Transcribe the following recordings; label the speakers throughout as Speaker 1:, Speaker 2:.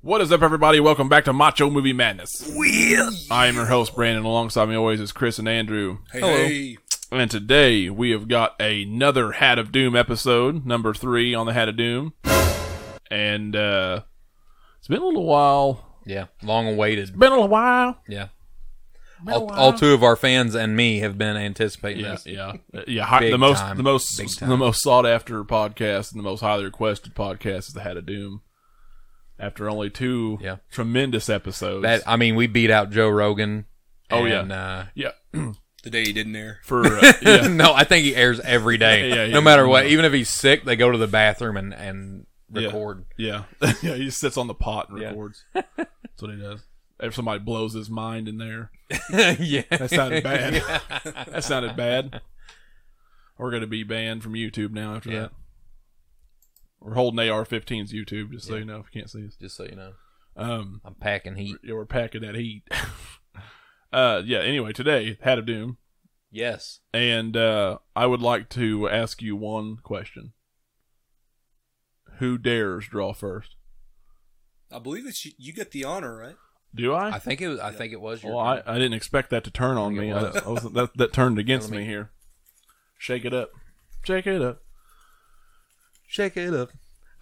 Speaker 1: What is up, everybody? Welcome back to Macho Movie Madness. I am your host, Brandon. Alongside me always is Chris and Andrew.
Speaker 2: Hey,
Speaker 1: Hello.
Speaker 2: hey.
Speaker 1: And today we have got another Hat of Doom episode, number three on the Hat of Doom. And uh, it's been a little while.
Speaker 3: Yeah, long awaited.
Speaker 1: Been a little while.
Speaker 3: Yeah, all, all two of our fans and me have been anticipating
Speaker 1: uh, Yeah,
Speaker 3: this.
Speaker 1: yeah, Uh, yeah. Hi,
Speaker 3: Big
Speaker 1: the most,
Speaker 3: time.
Speaker 1: the most,
Speaker 3: Big time.
Speaker 1: the most sought after podcast and the most highly requested podcast is the Hat of Doom. After only two
Speaker 3: Yeah.
Speaker 1: tremendous episodes,
Speaker 3: That I mean, we beat out Joe Rogan.
Speaker 1: Oh,
Speaker 3: and,
Speaker 1: yeah,
Speaker 2: The day he didn't air.
Speaker 1: for uh,
Speaker 3: uh,
Speaker 1: yeah,
Speaker 3: no, I think he airs every day,
Speaker 1: Yeah, yeah,
Speaker 3: no matter
Speaker 1: yeah.
Speaker 3: what. Even if he's sick, they go to the bathroom and and
Speaker 1: Yeah.
Speaker 3: record.
Speaker 1: Yeah. yeah, he sits on the pot and
Speaker 3: Yeah.
Speaker 1: records. That's what he does. If somebody blows his mind in there.
Speaker 3: Yeah,
Speaker 1: That sounded bad. that sounded bad. We're going to be banned from YouTube now after
Speaker 3: Yeah.
Speaker 1: that. We're holding AR-15's YouTube, just so you know, if you can't see us.
Speaker 3: Just so you know,
Speaker 1: Um,
Speaker 3: I'm packing heat.
Speaker 1: yeah, we're packing that heat. uh, yeah, anyway, today, Hat of Doom.
Speaker 3: Yes.
Speaker 1: And uh, I would like to ask you one question. Who dares draw first?
Speaker 2: I believe it's you, you get the honor, right?
Speaker 1: Do I?
Speaker 3: I think it was. I think it was your.
Speaker 1: Well, I, I didn't expect that to turn on me.
Speaker 3: It
Speaker 1: I,
Speaker 3: was.
Speaker 1: I was, that, that turned against
Speaker 3: Let
Speaker 1: me
Speaker 3: me-
Speaker 1: here. Shake it up. Shake it up.
Speaker 3: Shake it up.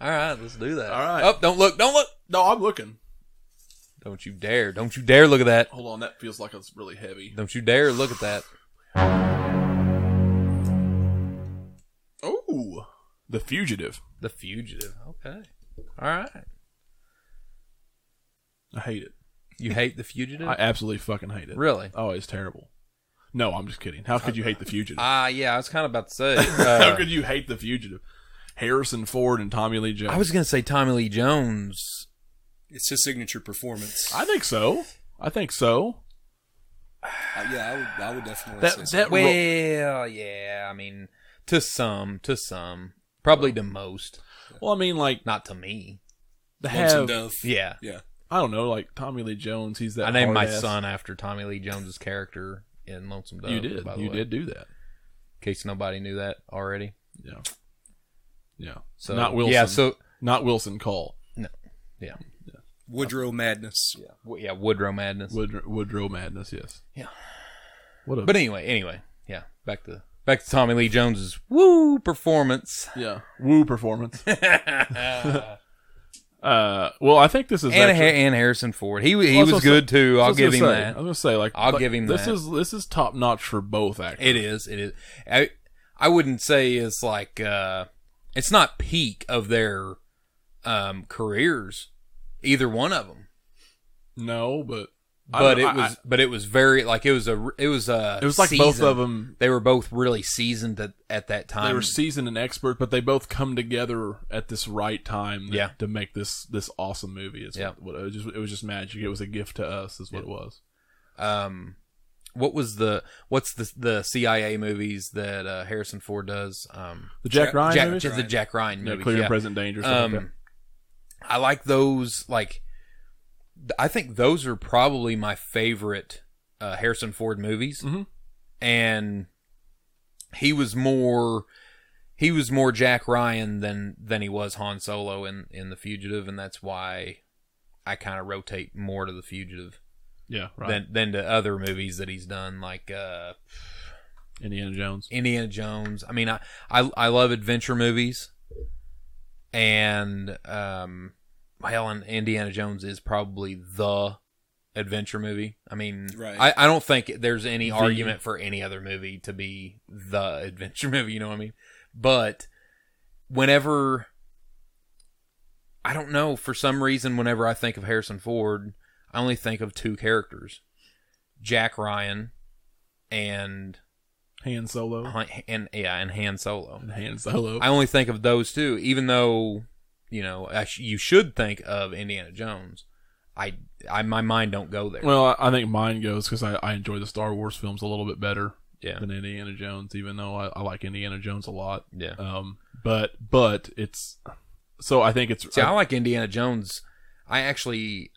Speaker 3: All right, let's do that.
Speaker 1: All right.
Speaker 3: Up! don't look! Don't look!
Speaker 1: No, I'm looking.
Speaker 3: Don't you dare! Don't you dare look at that!
Speaker 1: Hold on, that feels like it's really heavy.
Speaker 3: Don't you dare look at that!
Speaker 1: Oh, The Fugitive.
Speaker 3: The fugitive. Okay. All right.
Speaker 1: I hate it.
Speaker 3: You hate the fugitive?
Speaker 1: I absolutely fucking hate it.
Speaker 3: Really?
Speaker 1: Oh, it's terrible. No, I'm just kidding. How could you hate The Fugitive?
Speaker 3: Ah, yeah, I was kind of about to say.
Speaker 1: How
Speaker 3: Uh,
Speaker 1: could you hate The Fugitive? Harrison Ford and Tommy Lee Jones.
Speaker 3: I was gonna say Tommy Lee Jones.
Speaker 2: It's his signature performance.
Speaker 1: I think so. I think so.
Speaker 2: Uh, yeah, I would, I would definitely
Speaker 1: That-
Speaker 2: say
Speaker 1: that-
Speaker 2: so.
Speaker 1: Well-
Speaker 3: Well, yeah, I mean, to some, to some, probably to most,
Speaker 1: Well, I mean, like,
Speaker 3: not to me.
Speaker 1: to
Speaker 2: Lumps and
Speaker 1: have,
Speaker 2: Dove.
Speaker 3: Yeah,
Speaker 2: Yeah.
Speaker 1: I don't know, like Tommy Lee Jones, he's that
Speaker 3: I named my
Speaker 1: hard-ass-
Speaker 3: son after Tommy Lee Jones's character in Lonesome Dove.
Speaker 1: You did.
Speaker 3: by the
Speaker 1: You
Speaker 3: way,
Speaker 1: did do that.
Speaker 3: In case nobody knew that already.
Speaker 1: Yeah. Yeah.
Speaker 3: So
Speaker 1: not Wilson.
Speaker 3: Yeah, so
Speaker 1: not Wilson Cole.
Speaker 3: yeah,
Speaker 2: Woodrow Madness.
Speaker 3: yeah, Wo- yeah Woodrow Madness.
Speaker 1: Woodrow, Woodrow Madness, yes.
Speaker 3: Yeah.
Speaker 1: What a
Speaker 3: But anyway, anyway, yeah, back to back to Tommy Lee Jones's woo performance.
Speaker 1: yeah. Woo performance.
Speaker 3: and
Speaker 1: uh well I think this is
Speaker 3: Ha-
Speaker 1: actually-
Speaker 3: and Harrison Ford, he wa-
Speaker 1: I
Speaker 3: he
Speaker 1: was
Speaker 3: was
Speaker 1: gonna
Speaker 3: good too.
Speaker 1: I
Speaker 3: I'll
Speaker 1: was
Speaker 3: give
Speaker 1: gonna
Speaker 3: him
Speaker 1: say,
Speaker 3: that.
Speaker 1: I was gonna say like
Speaker 3: I'll
Speaker 1: like,
Speaker 3: give him
Speaker 1: this
Speaker 3: that.
Speaker 1: is this is top notch for both actors.
Speaker 3: It is. It is. I I wouldn't say it's like uh it's not peak of their um careers either one of them.
Speaker 1: no, but I
Speaker 3: But
Speaker 1: don't-
Speaker 3: it
Speaker 1: I-
Speaker 3: was
Speaker 1: I-
Speaker 3: but it was very like it was a it was a
Speaker 1: it was like both
Speaker 3: season.
Speaker 1: of them
Speaker 3: They were both really seasoned at, at that time.
Speaker 1: they were seasoned and expert, but they both come together at this right time that-
Speaker 3: Yeah.
Speaker 1: to make this this awesome movie. It's
Speaker 3: Yeah.
Speaker 1: what, it was just it was just magic. It was a gift to us is what it was.
Speaker 3: um what was the what's the the CIA movies that uh, Harrison Ford does? Um
Speaker 1: The Jack,
Speaker 2: Jack-
Speaker 1: Ryan
Speaker 3: Jack,
Speaker 1: movies?
Speaker 3: just the Jack Ryan
Speaker 1: yeah,
Speaker 3: movies.
Speaker 1: Clear
Speaker 3: yeah.
Speaker 1: and Present Danger something like that.
Speaker 3: Um, I like those. Like, th- I think those are probably my favorite uh, Harrison Ford movies.
Speaker 1: Mhm.
Speaker 3: And he was more he was more Jack Ryan than than he was Han Solo in in The Fugitive, and that's why I kind of rotate more to The Fugitive
Speaker 1: Yeah, right.
Speaker 3: than than to other movies that he's done, like uh,
Speaker 1: Indiana Jones.
Speaker 3: Indiana Jones. I mean, I I, I love adventure movies, and um, well, and Indiana Jones is probably the adventure movie. I mean,
Speaker 2: Right.
Speaker 3: I, I don't think there's any
Speaker 1: The-
Speaker 3: argument for any other movie to be the adventure movie. You know what I mean? But whenever I don't know for some reason, whenever I think of Harrison Ford, I only think of two characters, Jack Ryan and
Speaker 1: Han Solo.
Speaker 3: Han- and yeah, and Han Solo.
Speaker 1: And Han Solo.
Speaker 3: I only think of those two, even though you know I sh- you should think of Indiana Jones. I, I my mind don't go there.
Speaker 1: well, I- I think mine goes because I, I enjoy the Star Wars films a little bit better
Speaker 3: yeah,
Speaker 1: than Indiana Jones, even though I, I like Indiana Jones a lot.
Speaker 3: yeah.
Speaker 1: Um, but but it's so I think it's
Speaker 3: See, I like Indiana Jones. I actually,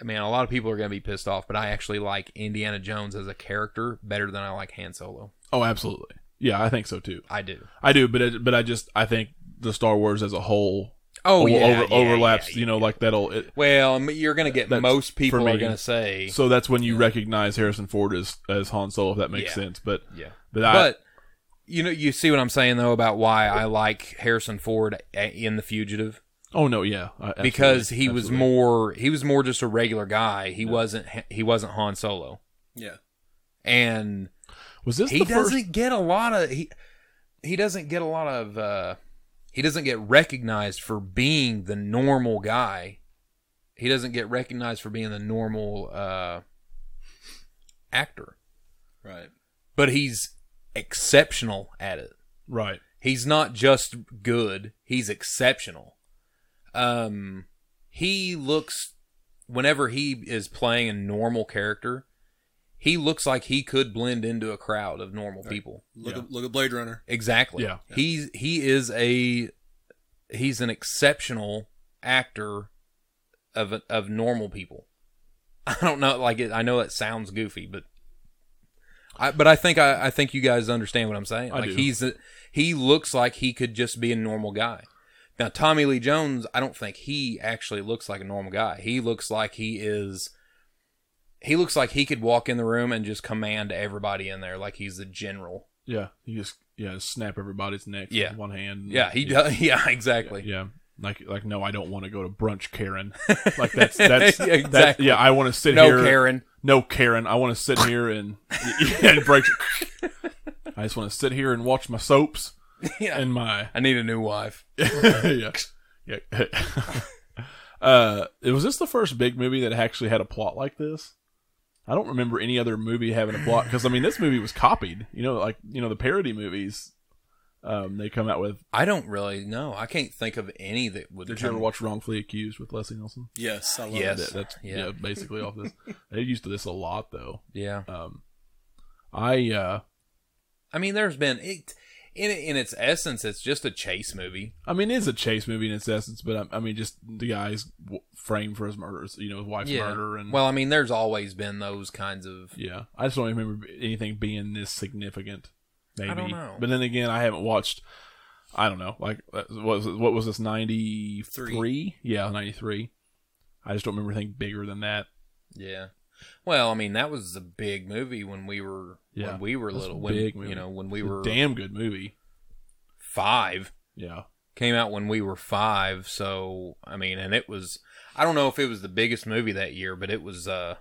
Speaker 3: I mean, a lot of people are gonna be pissed off, but I actually like Indiana Jones as a character better than I like Han Solo.
Speaker 1: oh absolutely yeah I think so too
Speaker 3: I do.
Speaker 1: I do but it, but I just I think the Star Wars as a whole
Speaker 3: Oh
Speaker 1: or-
Speaker 3: yeah,
Speaker 1: over,
Speaker 3: yeah,
Speaker 1: overlaps.
Speaker 3: yeah,
Speaker 1: You know, like that'll. It,
Speaker 3: Well, m- you're gonna get
Speaker 1: That's-
Speaker 3: most people
Speaker 1: for
Speaker 3: are
Speaker 1: me.
Speaker 3: gonna say
Speaker 1: so that's when you recognize Harrison Ford as as Han Solo, if that makes
Speaker 3: Yeah.
Speaker 1: sense. But
Speaker 3: yeah.
Speaker 1: but, I,
Speaker 3: But you know, you see what I'm saying though about why I like Harrison Ford a- in The Fugitive
Speaker 1: oh no, yeah, I- absolutely,
Speaker 3: because he was
Speaker 1: absolutely.
Speaker 3: more he was more just a regular guy. He wasn't he wasn't Han Solo,
Speaker 2: Yeah.
Speaker 3: and
Speaker 1: was this
Speaker 3: he
Speaker 1: the first
Speaker 3: doesn't get a lot of he he doesn't get a lot of uh, he doesn't get recognized for being the normal guy. He doesn't get recognized for being the normal uh, actor,
Speaker 2: Right.
Speaker 3: but he's exceptional at it.
Speaker 1: right.
Speaker 3: He's not just good, he's exceptional. Um he looks whenever he is playing a normal character, he looks like he could blend into a crowd of normal people.
Speaker 2: Look
Speaker 1: Yeah.
Speaker 2: at, look at Blade Runner.
Speaker 3: Exactly.
Speaker 1: Yeah.
Speaker 3: He's he is a he's an exceptional actor of of normal people. I don't know like it, I know it sounds goofy, but I but I think I, I think you guys understand what I'm saying.
Speaker 1: I
Speaker 3: like
Speaker 1: do.
Speaker 3: he's a, he looks like he could just be a normal guy. Now Tommy Lee Jones, I don't think he actually looks like a normal guy. He looks like he is he looks like he could walk in the room and just command everybody in there like he's the general.
Speaker 1: Yeah, you just yeah just snap everybody's neck.
Speaker 3: Yeah.
Speaker 1: with one hand.
Speaker 3: Yeah, he does. Yeah, exactly.
Speaker 1: Yeah. Like, like, no, I don't want to go to brunch, Karen. Like that's that's
Speaker 3: Yeah,
Speaker 1: that-
Speaker 3: exactly.
Speaker 1: yeah, I want to sit
Speaker 3: No,
Speaker 1: here.
Speaker 3: Karen.
Speaker 1: No, Karen. I want to sit here and and break. I just want to sit here and watch my soaps
Speaker 3: Yeah.
Speaker 1: and my
Speaker 3: I need a new wife.
Speaker 1: yeah. yeah. uh, was this the first big movie that actually had a plot like this? I don't remember any other movie having a plot because I mean this movie was copied. You know, like you know the parody movies. Um, they come out with.
Speaker 3: I don't really know. I can't think of any that would.
Speaker 1: Did you
Speaker 3: come-
Speaker 1: ever watch Wrongfully Accused with Leslie Nielsen?
Speaker 2: Yes, I love
Speaker 3: Yes.
Speaker 1: That, that's
Speaker 3: Yeah.
Speaker 1: yeah. basically off this. They're used to this a lot though.
Speaker 3: Yeah.
Speaker 1: Um, I uh,
Speaker 3: I mean, there's been it in in its essence. It's just a chase movie.
Speaker 1: I mean, it's a chase movie in its essence, but I, I mean, just the guy's w- framed for his murder, you know, his wife's murder, and
Speaker 3: Well, I mean, there's always been those kinds of.
Speaker 1: yeah, I just don't remember anything being this significant. Maybe,
Speaker 3: don't know.
Speaker 1: but then again, I haven't watched. I don't know. Like, uh, what was it- what was this ninety three? Yeah, ninety three. I just don't remember anything bigger than that.
Speaker 3: Yeah. Well, I mean, that was a big movie when we were
Speaker 1: Yeah.
Speaker 3: when we were
Speaker 1: That's a
Speaker 3: little. When
Speaker 1: big
Speaker 3: you
Speaker 1: movie.
Speaker 3: know when we
Speaker 1: It's a
Speaker 3: were
Speaker 1: damn good movie.
Speaker 3: five.
Speaker 1: Yeah,
Speaker 3: came out when we were five. So I mean, and it was I don't know if it was the biggest movie that year, but it was uh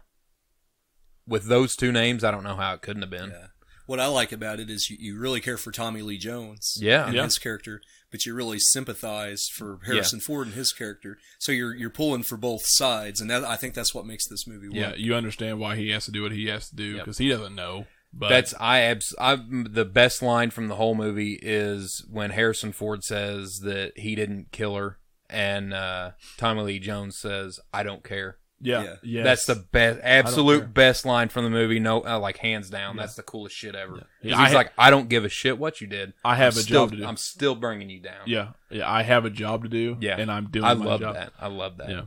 Speaker 3: with those two names. I don't know how it couldn't have been.
Speaker 2: Yeah. What I like about it is you, you really care for Tommy Lee Jones
Speaker 3: Yeah.
Speaker 2: and
Speaker 1: Yeah.
Speaker 2: his character, but you really sympathize for Harrison Ford and his character. So you're you're pulling for both sides, and that, I think that's what makes this movie work.
Speaker 1: yeah. You understand why he has to do what he has to do
Speaker 3: Yep.
Speaker 1: because he doesn't know. But
Speaker 3: That's I abs I the best line from the whole movie is when Harrison Ford says that he didn't kill her, and uh, Tommy Lee Jones says, "I don't care."
Speaker 1: yeah,
Speaker 2: yeah.
Speaker 1: yeah.
Speaker 3: That's the best,
Speaker 1: care.
Speaker 3: absolute best line from the movie. No, uh, like hands down,
Speaker 1: Yeah.
Speaker 3: that's the coolest shit ever. 'Cause
Speaker 1: Yeah, I
Speaker 3: he's
Speaker 1: ha-
Speaker 3: like, "I don't give a shit what you did.
Speaker 1: I have
Speaker 3: I'm
Speaker 1: a
Speaker 3: still-
Speaker 1: job to do.
Speaker 3: I'm still bringing you down."
Speaker 1: Yeah, yeah. I have a job to do.
Speaker 3: Yeah.
Speaker 1: and I'm doing.
Speaker 3: I
Speaker 1: my
Speaker 3: love
Speaker 1: job.
Speaker 3: that. I love that.
Speaker 1: Yeah,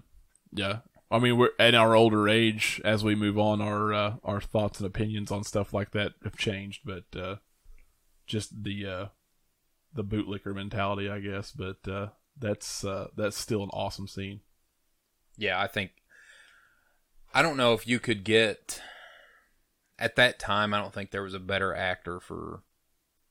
Speaker 1: yeah. I mean, we're at our older age. As we move on, our uh, our thoughts and opinions on stuff like that have changed. But uh, just the uh, the bootlicker mentality, I guess. But uh, that's uh, that's still an awesome scene.
Speaker 3: Yeah, I think I don't know if you could get at that time I don't think there was a better actor for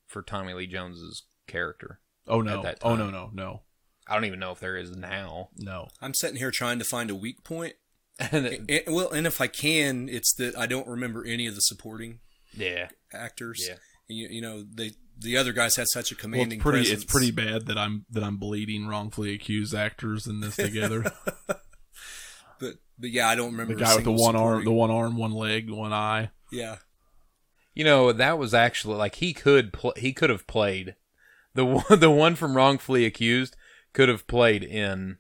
Speaker 3: for Tommy Lee Jones's character.
Speaker 1: Oh no!
Speaker 3: At that
Speaker 1: Oh
Speaker 3: time.
Speaker 1: no! No! No!
Speaker 3: I don't even know if there is now.
Speaker 1: No!
Speaker 2: I'm sitting here trying to find a weak point.
Speaker 3: And it-
Speaker 2: And, well, and if I can, it's that I don't remember any of the supporting
Speaker 3: yeah.
Speaker 2: actors.
Speaker 3: Yeah.
Speaker 2: You, you know, they the other guys had
Speaker 1: Well,
Speaker 2: such a
Speaker 1: it's
Speaker 2: commanding
Speaker 1: pretty.
Speaker 2: presence.
Speaker 1: It's pretty bad that I'm that I'm bleeding wrongfully accused actors in this together.
Speaker 2: But but yeah, I don't remember
Speaker 1: the guy with the one arm, the
Speaker 2: one.
Speaker 1: one arm, one leg, one eye.
Speaker 2: Yeah.
Speaker 3: You know, that was actually like he could pl- he could have played the one, the one from wrongfully accused could have played in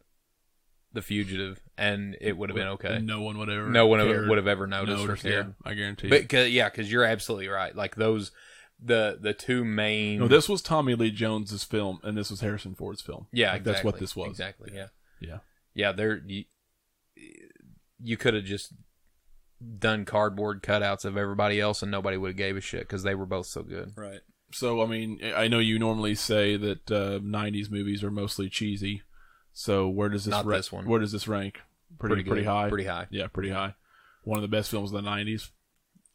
Speaker 3: The Fugitive and it would have been okay.
Speaker 1: No one would ever.
Speaker 3: No one
Speaker 1: cared.
Speaker 3: would have ever noticed or
Speaker 1: noticed,
Speaker 3: cared.
Speaker 1: yeah, I guarantee.
Speaker 3: But cause, yeah, because you're absolutely right. Like those, the the two main.
Speaker 1: No, this was Tommy Lee Jones's film, and this was Harrison Ford's film.
Speaker 3: yeah,
Speaker 1: Like,
Speaker 3: exactly.
Speaker 1: that's what this was.
Speaker 3: Exactly. Yeah.
Speaker 1: Yeah.
Speaker 3: Yeah. There, you, you could have just done cardboard cutouts of everybody else, and nobody would have gave a shit because they were both so good.
Speaker 2: Right.
Speaker 1: So I mean, I know you normally say that uh, '90s movies are mostly cheesy. So where does this
Speaker 3: Not
Speaker 1: ra-
Speaker 3: this one.
Speaker 1: Where does this rank? Pretty pretty,
Speaker 3: good,
Speaker 1: high.
Speaker 3: Pretty high.
Speaker 1: yeah, pretty high. One of the best films of the '90s.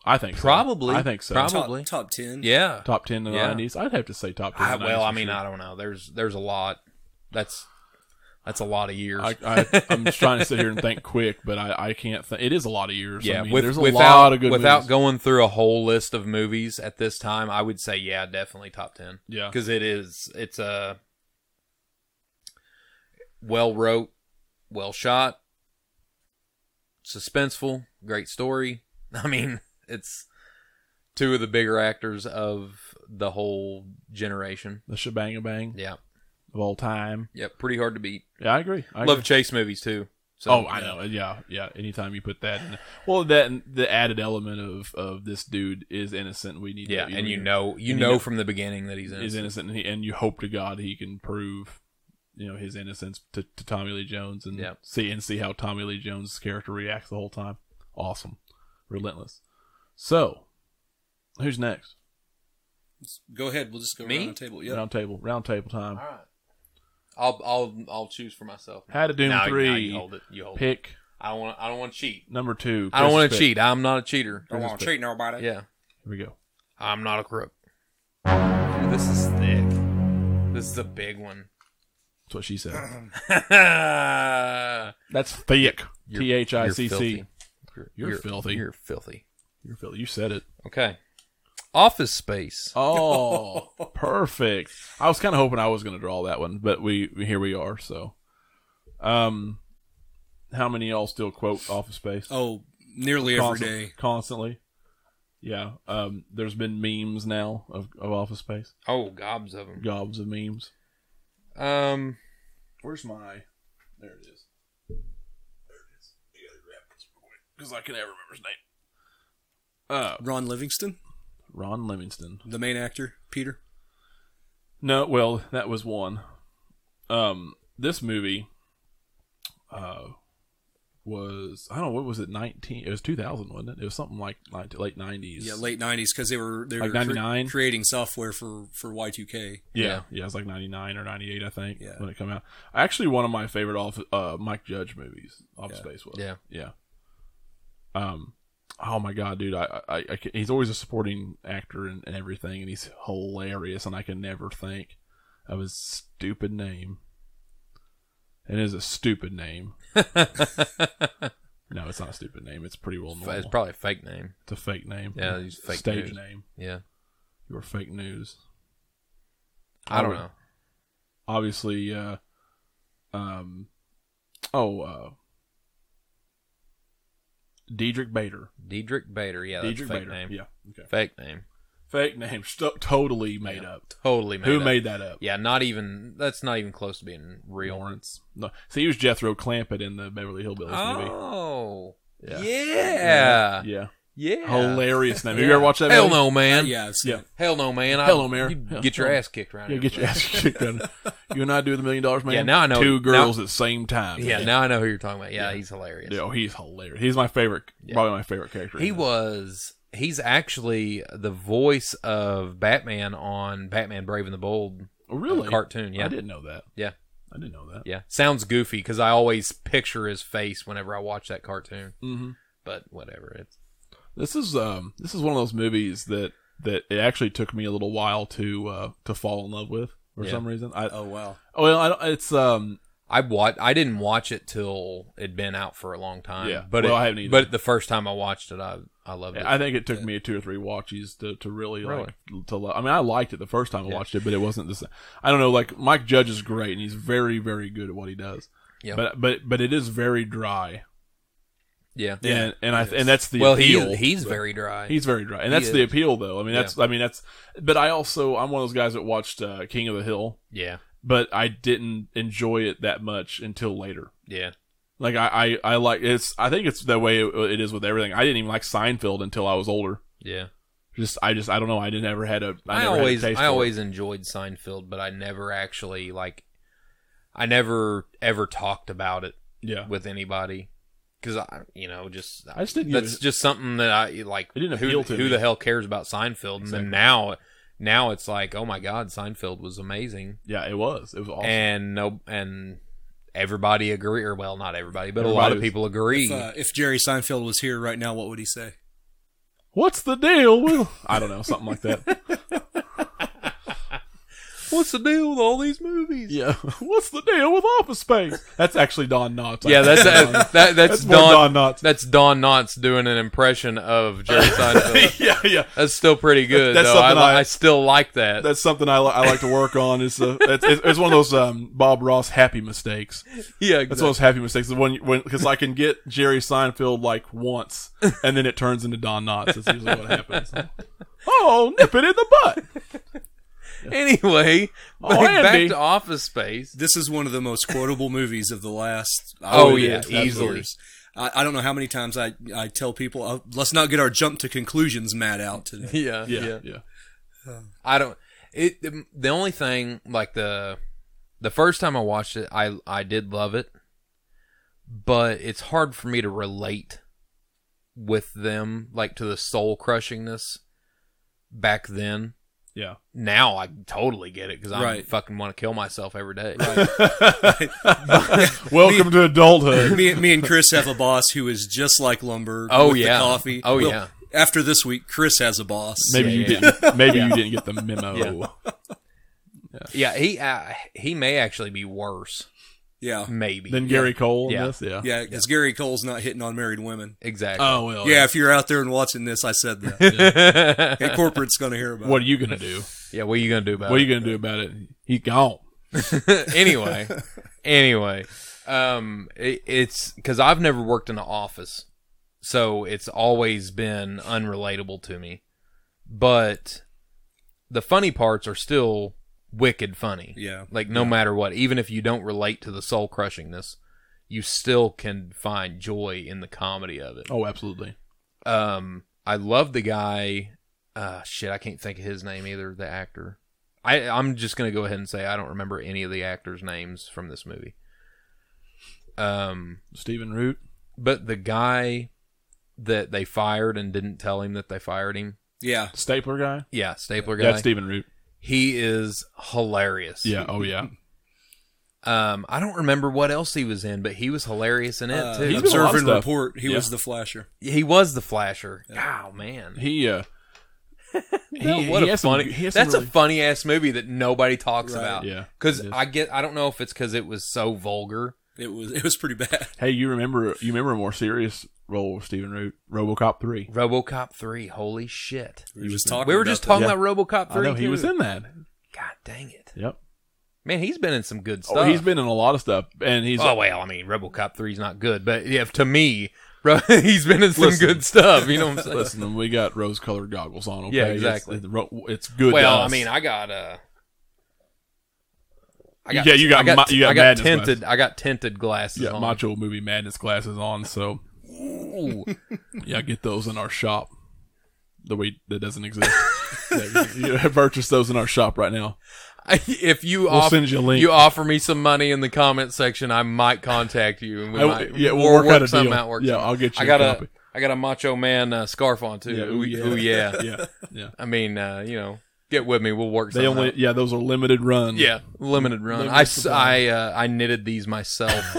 Speaker 1: I think so.
Speaker 3: Probably.
Speaker 1: I think so.
Speaker 3: Prob-
Speaker 2: Top,
Speaker 3: Probably.
Speaker 2: top ten.
Speaker 3: Yeah.
Speaker 1: top ten in the
Speaker 3: Yeah.
Speaker 1: '90s. I'd have to say top ten.
Speaker 3: I,
Speaker 1: in the
Speaker 3: well,
Speaker 1: 90s
Speaker 3: I
Speaker 1: for
Speaker 3: mean,
Speaker 1: sure.
Speaker 3: I don't know. There's there's a lot. That's that's a lot of years.
Speaker 1: I, I, I'm just trying to sit here and think quick, but I, I can't. think it is a lot of years.
Speaker 3: yeah,
Speaker 1: I mean,
Speaker 3: with-
Speaker 1: there's a
Speaker 3: without
Speaker 1: lot of good
Speaker 3: without
Speaker 1: movies.
Speaker 3: going through a whole list of movies at this time, I would say yeah, definitely top ten
Speaker 1: yeah,
Speaker 3: because it is it's a well wrote, well shot, suspenseful, great story. I mean, it's two of the bigger actors of the whole generation.
Speaker 1: the shebang bang
Speaker 3: Yeah,
Speaker 1: of all time.
Speaker 3: yeah, pretty hard to beat.
Speaker 1: Yeah, I agree. I
Speaker 3: Love
Speaker 1: agree.
Speaker 3: chase movies too. So,
Speaker 1: oh, I know. Yeah, yeah. Anytime you put that, in. well, that and the added element of of this dude is innocent. We need, to-
Speaker 3: Yeah, and you
Speaker 1: we-
Speaker 3: know, you
Speaker 1: and
Speaker 3: know from the beginning that he's innocent.
Speaker 1: is innocent, and, he, and you hope to God he can prove, you know, his innocence to, to Tommy Lee Jones, and
Speaker 3: Yep.
Speaker 1: see and see how Tommy Lee Jones' character reacts the whole time. Awesome, relentless. So, who's next?
Speaker 2: Go ahead. We'll just go
Speaker 3: Me?
Speaker 2: around the table. Yeah.
Speaker 1: Round table, round table time.
Speaker 3: right, I'll I'll I'll choose for myself.
Speaker 1: How to Doom
Speaker 3: No,
Speaker 1: three.
Speaker 3: no, you hold it. You hold it.
Speaker 1: Pick
Speaker 3: I don't want. I don't want to cheat.
Speaker 1: number two.
Speaker 3: I don't
Speaker 1: Chris's
Speaker 3: want
Speaker 1: pick.
Speaker 3: to cheat. I'm not a cheater.
Speaker 2: Don't want to treat nobody.
Speaker 3: Yeah,
Speaker 1: Here we go.
Speaker 3: I'm not a crook. This is thick. This is a big one.
Speaker 1: That's what she said.
Speaker 3: You're
Speaker 1: That's thick. T H I C C.
Speaker 3: filthy.
Speaker 1: You're filthy.
Speaker 3: You're filthy.
Speaker 1: You're filthy. You said it.
Speaker 3: Okay. Office Space.
Speaker 1: Oh, perfect. I was kind of hoping I was going to draw that one, but we here we are. So, um, how many of y'all still quote Office Space?
Speaker 2: Oh, nearly every
Speaker 1: Constant-
Speaker 2: day.
Speaker 1: constantly. Yeah. Um, there's been memes now of, of Office Space,
Speaker 3: Oh, gobs of them.
Speaker 1: gobs of memes.
Speaker 3: Um,
Speaker 1: Where's my? There it is. There it is. I gotta grab this real quick because I can never remember his name. Uh,
Speaker 2: Ron Livingston,
Speaker 1: Ron Livingston.
Speaker 2: the main actor, Peter.
Speaker 1: No, well, that was one. Um, this movie, uh, was I don't know what was it nineteen? It was two thousand, wasn't it? It was something like, like late nineties.
Speaker 2: Yeah, late '90s because they were they were
Speaker 1: Like
Speaker 2: cre-
Speaker 1: 99?
Speaker 2: creating software for for Y2K.
Speaker 1: Yeah,
Speaker 3: Yeah.
Speaker 1: yeah, it was like ninety nine or ninety eight, I think,
Speaker 2: Yeah.
Speaker 1: when it came out. Actually, one of my favorite off uh, Mike Judge movies, Office
Speaker 2: Yeah.
Speaker 1: Space was.
Speaker 3: Yeah.
Speaker 1: yeah. Um, oh my god, dude, I, I, I can, he's always a supporting actor and, and everything, and he's hilarious, and I can never think of his stupid name. It is a stupid name. no, it's not a stupid name. It's pretty well known.
Speaker 3: it's probably a fake name.
Speaker 1: It's a fake name.
Speaker 3: Yeah, he's fake
Speaker 1: stage
Speaker 3: news.
Speaker 1: name.
Speaker 3: Yeah.
Speaker 1: Your fake news.
Speaker 3: I don't
Speaker 1: would-
Speaker 3: know.
Speaker 1: obviously uh um oh uh Diedrich Bader.
Speaker 3: Diedrich Bader. Yeah, that's a
Speaker 1: Diedrich
Speaker 3: fake
Speaker 1: Bader.
Speaker 3: name.
Speaker 1: Yeah. Okay.
Speaker 3: Fake name.
Speaker 1: Fake name stu- totally made up.
Speaker 3: Totally made
Speaker 1: Who
Speaker 3: up.
Speaker 1: made that up?
Speaker 3: Yeah, not even. That's not even close to being real.
Speaker 1: Lawrence. No. See, he was Jethro Clampett in the Beverly Hillbillies movie.
Speaker 3: Oh.
Speaker 1: Yeah.
Speaker 3: Yeah.
Speaker 1: Yeah.
Speaker 3: Yeah.
Speaker 1: Hilarious name. Have you
Speaker 3: Yeah.
Speaker 1: ever watched that
Speaker 3: Hell
Speaker 1: movie? Uh,
Speaker 3: no, man.
Speaker 2: Yeah, I've seen
Speaker 1: Yeah.
Speaker 2: it.
Speaker 3: Hell no, man. I-
Speaker 1: Hell no, man.
Speaker 3: you'd
Speaker 1: Hell
Speaker 3: Get your
Speaker 1: no.
Speaker 3: ass kicked right
Speaker 1: Yeah,
Speaker 3: now.
Speaker 1: get your ass kicked down. You and I do the million dollars man.
Speaker 3: Yeah, now I know-
Speaker 1: Two
Speaker 3: now-
Speaker 1: girls at the same time.
Speaker 3: Yeah, now I know who you're talking about. Yeah,
Speaker 1: Yeah.
Speaker 3: he's hilarious.
Speaker 1: Yo, he's hilarious. He's my favorite probably my favorite character.
Speaker 3: He
Speaker 1: in
Speaker 3: was. He's actually the voice of Batman on Batman Brave and the Bold uh,
Speaker 1: it. Oh, really
Speaker 3: cartoon. Yeah.
Speaker 1: I didn't know that.
Speaker 3: Yeah.
Speaker 1: I didn't know that.
Speaker 3: Yeah. Sounds goofy because I always picture his face whenever I watch that cartoon,
Speaker 1: Mm-hmm.
Speaker 3: but whatever. It's
Speaker 1: This is um this is one of those movies that that it actually took me a little while to uh to fall in love with for
Speaker 3: Yeah.
Speaker 1: some reason. I
Speaker 2: Oh wow.
Speaker 1: oh well I don't, it's um
Speaker 3: I watch. I didn't watch it till it'd been out for a long time.
Speaker 1: Yeah.
Speaker 3: but
Speaker 1: Well,
Speaker 3: it-
Speaker 1: I haven't either.
Speaker 3: But the first time I watched it, I I loved it.
Speaker 1: I think it took me two or three watches to to really like to love. I mean I liked it the first time I
Speaker 3: Yeah.
Speaker 1: watched it, but it wasn't the same. I don't know like Mike Judge is great and he's very very good at what he does.
Speaker 3: Yeah.
Speaker 1: But but but it is very dry.
Speaker 3: yeah.
Speaker 1: Yeah. And and I and that's the
Speaker 3: Well,
Speaker 1: appeal.
Speaker 3: he's he's very dry.
Speaker 1: He's very dry, and
Speaker 3: He
Speaker 1: that's the
Speaker 3: is.
Speaker 1: appeal, though. I mean, that's I mean that's. But I also I'm one of those guys that watched uh, King of the Hill,
Speaker 3: yeah,
Speaker 1: but I didn't enjoy it that much until later.
Speaker 3: yeah.
Speaker 1: Like I, I, I like it's. I think it's the way it, it is with everything. I didn't even like Seinfeld until I was older.
Speaker 3: Yeah,
Speaker 1: Just I just I don't know. I didn't ever had a.
Speaker 3: I,
Speaker 1: I, never
Speaker 3: always
Speaker 1: had a taste
Speaker 3: I
Speaker 1: for it.
Speaker 3: always enjoyed Seinfeld, but I never actually like. I never ever talked about it
Speaker 1: yeah.
Speaker 3: with anybody because I, you know, just
Speaker 1: I just didn't.
Speaker 3: that's
Speaker 1: give it-
Speaker 3: just something that I like.
Speaker 1: It didn't
Speaker 3: who,
Speaker 1: appeal to
Speaker 3: who
Speaker 1: me.
Speaker 3: the hell cares about Seinfeld? And
Speaker 1: Exactly.
Speaker 3: then now, now it's like, oh my god, Seinfeld was amazing,
Speaker 1: yeah, it was. It was awesome.
Speaker 3: and no, and everybody agree, or well, not everybody, but a
Speaker 1: Everybody
Speaker 3: lot of
Speaker 1: was-
Speaker 3: people agree.
Speaker 2: If, uh, if Jerry Seinfeld was here right now, what would he say?
Speaker 1: What's the deal with? I don't know, something like that.
Speaker 3: What's the deal with all these movies?
Speaker 1: Yeah. What's the deal with Office Space? That's actually Don Knotts. I
Speaker 3: Yeah,
Speaker 1: think.
Speaker 3: that's that, that, that's,
Speaker 1: That's more
Speaker 3: Don,
Speaker 1: Don Knotts.
Speaker 3: That's Don Knotts doing an impression of Jerry Seinfeld.
Speaker 1: yeah, yeah.
Speaker 3: that's still pretty good.
Speaker 1: That's
Speaker 3: though. I,
Speaker 1: something
Speaker 3: li-
Speaker 1: I-
Speaker 3: I still like that.
Speaker 1: That's something I, li- I like to work on. Is uh, it's, it's it's one of those um, Bob Ross happy mistakes.
Speaker 3: yeah,
Speaker 1: That's one of those happy mistakes. The one you- when because I can get Jerry Seinfeld like once, and then it turns into Don Knotts. That's usually what happens. Oh, nip it in the butt.
Speaker 3: Anyway,
Speaker 1: Oh,
Speaker 3: back, back
Speaker 1: Andy.
Speaker 3: to Office Space.
Speaker 2: This is one of the most quotable movies of the last.
Speaker 3: Oh,
Speaker 2: I would-
Speaker 3: yeah,
Speaker 2: five
Speaker 3: easily.
Speaker 2: years. I, I don't know how many times I, I tell people, uh, let's not get our jump to conclusions mad out today.
Speaker 3: Yeah,
Speaker 1: Yeah, yeah, yeah.
Speaker 3: I don't. It the- the only thing like the the first time I watched it, I I did love it, but it's hard for me to relate with them like to the soul crushingness back then. Now I totally get it because I
Speaker 2: Right.
Speaker 3: fucking want to kill myself every day.
Speaker 1: Welcome to adulthood.
Speaker 2: Uh, me, me and Chris have a boss who is just like Lumber.
Speaker 3: Oh,
Speaker 2: with the
Speaker 3: yeah.
Speaker 2: coffee.
Speaker 3: Oh, yeah.
Speaker 2: After this week, Chris has a boss.
Speaker 1: Maybe
Speaker 3: Yeah,
Speaker 1: you
Speaker 3: yeah.
Speaker 1: didn't. Maybe you didn't get the memo.
Speaker 3: Yeah. Yeah, he uh, he may actually be worse.
Speaker 2: Yeah,
Speaker 3: Maybe
Speaker 1: Then Gary Cole. in
Speaker 3: Yeah.
Speaker 1: this? yeah.
Speaker 2: yeah. Because Gary Cole's not hitting on married women.
Speaker 3: exactly.
Speaker 1: Oh well.
Speaker 2: yeah, if you're out there and watching this, I said that.
Speaker 3: yeah.
Speaker 2: Hey, corporate's going to hear about.
Speaker 1: What
Speaker 2: it.
Speaker 1: are you gonna do?
Speaker 3: what are you gonna do about
Speaker 1: What are
Speaker 3: it?
Speaker 1: you gonna do about it? He gone.
Speaker 3: anyway, anyway, um, it, it's because I've never worked in an office, so it's always been unrelatable to me. But the funny parts are still wicked funny.
Speaker 2: Yeah.
Speaker 3: like no matter what, even if you don't relate to the soul crushingness, you still can find joy in the comedy of it.
Speaker 1: Oh, absolutely.
Speaker 3: Um, I love the guy. Uh, shit, I can't think of his name either. The actor. I I'm just gonna go ahead and say I don't remember any of the actors' names from this movie. Um,
Speaker 1: Stephen Root.
Speaker 3: but the guy that they fired and didn't tell him that they fired him.
Speaker 2: Yeah,
Speaker 1: Stapler guy.
Speaker 3: Yeah, stapler guy.
Speaker 1: That's Stephen Root.
Speaker 3: he is hilarious.
Speaker 1: Yeah. Oh yeah.
Speaker 3: Um, I don't remember what else he was in, but he was hilarious in it
Speaker 2: uh,
Speaker 3: too.
Speaker 1: he's been a lot
Speaker 2: observe
Speaker 1: of
Speaker 2: and
Speaker 1: stuff.
Speaker 2: report. He
Speaker 1: Yeah.
Speaker 2: was the flasher.
Speaker 3: he was the flasher. Oh man.
Speaker 1: He. uh
Speaker 3: He,
Speaker 1: He-
Speaker 3: what
Speaker 1: he
Speaker 3: a
Speaker 1: has some-
Speaker 3: funny.
Speaker 1: he has some
Speaker 3: that's a
Speaker 1: really-
Speaker 3: funny ass movie that nobody talks
Speaker 2: Right.
Speaker 3: about.
Speaker 1: Yeah,
Speaker 3: because
Speaker 1: it is.
Speaker 3: I get. I don't know if it's because it was so vulgar.
Speaker 2: It was it was pretty bad.
Speaker 1: Hey, you remember? You remember a more serious role of Stephen Root? RoboCop three.
Speaker 3: RoboCop three. Holy shit.
Speaker 2: He was talking.
Speaker 3: we were
Speaker 2: about
Speaker 3: just
Speaker 2: that.
Speaker 3: talking
Speaker 1: Yeah.
Speaker 3: about RoboCop
Speaker 1: I
Speaker 3: three.
Speaker 1: know he
Speaker 3: too.
Speaker 1: was in that.
Speaker 3: God dang it,
Speaker 1: Yep.
Speaker 3: man. He's been in some good stuff.
Speaker 1: Oh, he's been in a lot of stuff, and he's
Speaker 3: oh well, I mean, RoboCop three's not good, but yeah, to me, Ro- he's been in some
Speaker 1: Listen.
Speaker 3: good stuff. You know what I'm saying?
Speaker 1: listen. We got rose-colored goggles on. Okay?
Speaker 3: Yeah, exactly.
Speaker 1: It's, it's ro- it's good.
Speaker 3: well,
Speaker 1: to
Speaker 3: I
Speaker 1: us.
Speaker 3: mean, I got uh. I
Speaker 1: Yeah, you got
Speaker 3: I got,
Speaker 1: ma- you got
Speaker 3: I got
Speaker 1: madness
Speaker 3: tinted. I got tinted glasses
Speaker 1: yeah,
Speaker 3: on.
Speaker 1: macho movie madness glasses on. So
Speaker 3: Ooh.
Speaker 1: yeah, get those in our shop. That we that doesn't exist. yeah, you, you purchase those in our shop right now.
Speaker 3: if you
Speaker 1: We'll
Speaker 3: off-
Speaker 1: send you a link.
Speaker 3: offer me some money in the comment section, I might contact you and we
Speaker 1: I-
Speaker 3: might
Speaker 1: yeah, we'll
Speaker 3: or
Speaker 1: work out a
Speaker 3: something
Speaker 1: deal.
Speaker 3: out. Work
Speaker 1: Yeah,
Speaker 3: something out.
Speaker 1: I'll get you
Speaker 3: I got
Speaker 1: a
Speaker 3: a
Speaker 1: copy.
Speaker 3: I got a Macho Man uh, scarf on too.
Speaker 1: Yeah, ooh,
Speaker 3: ooh, yeah.
Speaker 1: yeah.
Speaker 3: ooh yeah.
Speaker 1: Yeah, yeah.
Speaker 3: I mean, uh, you know, get with me. We'll work.
Speaker 1: They
Speaker 3: something
Speaker 1: only
Speaker 3: out.
Speaker 1: yeah those are limited run.
Speaker 3: yeah limited run.
Speaker 1: Limited
Speaker 3: I s
Speaker 1: supply.
Speaker 3: I uh, I knitted these myself.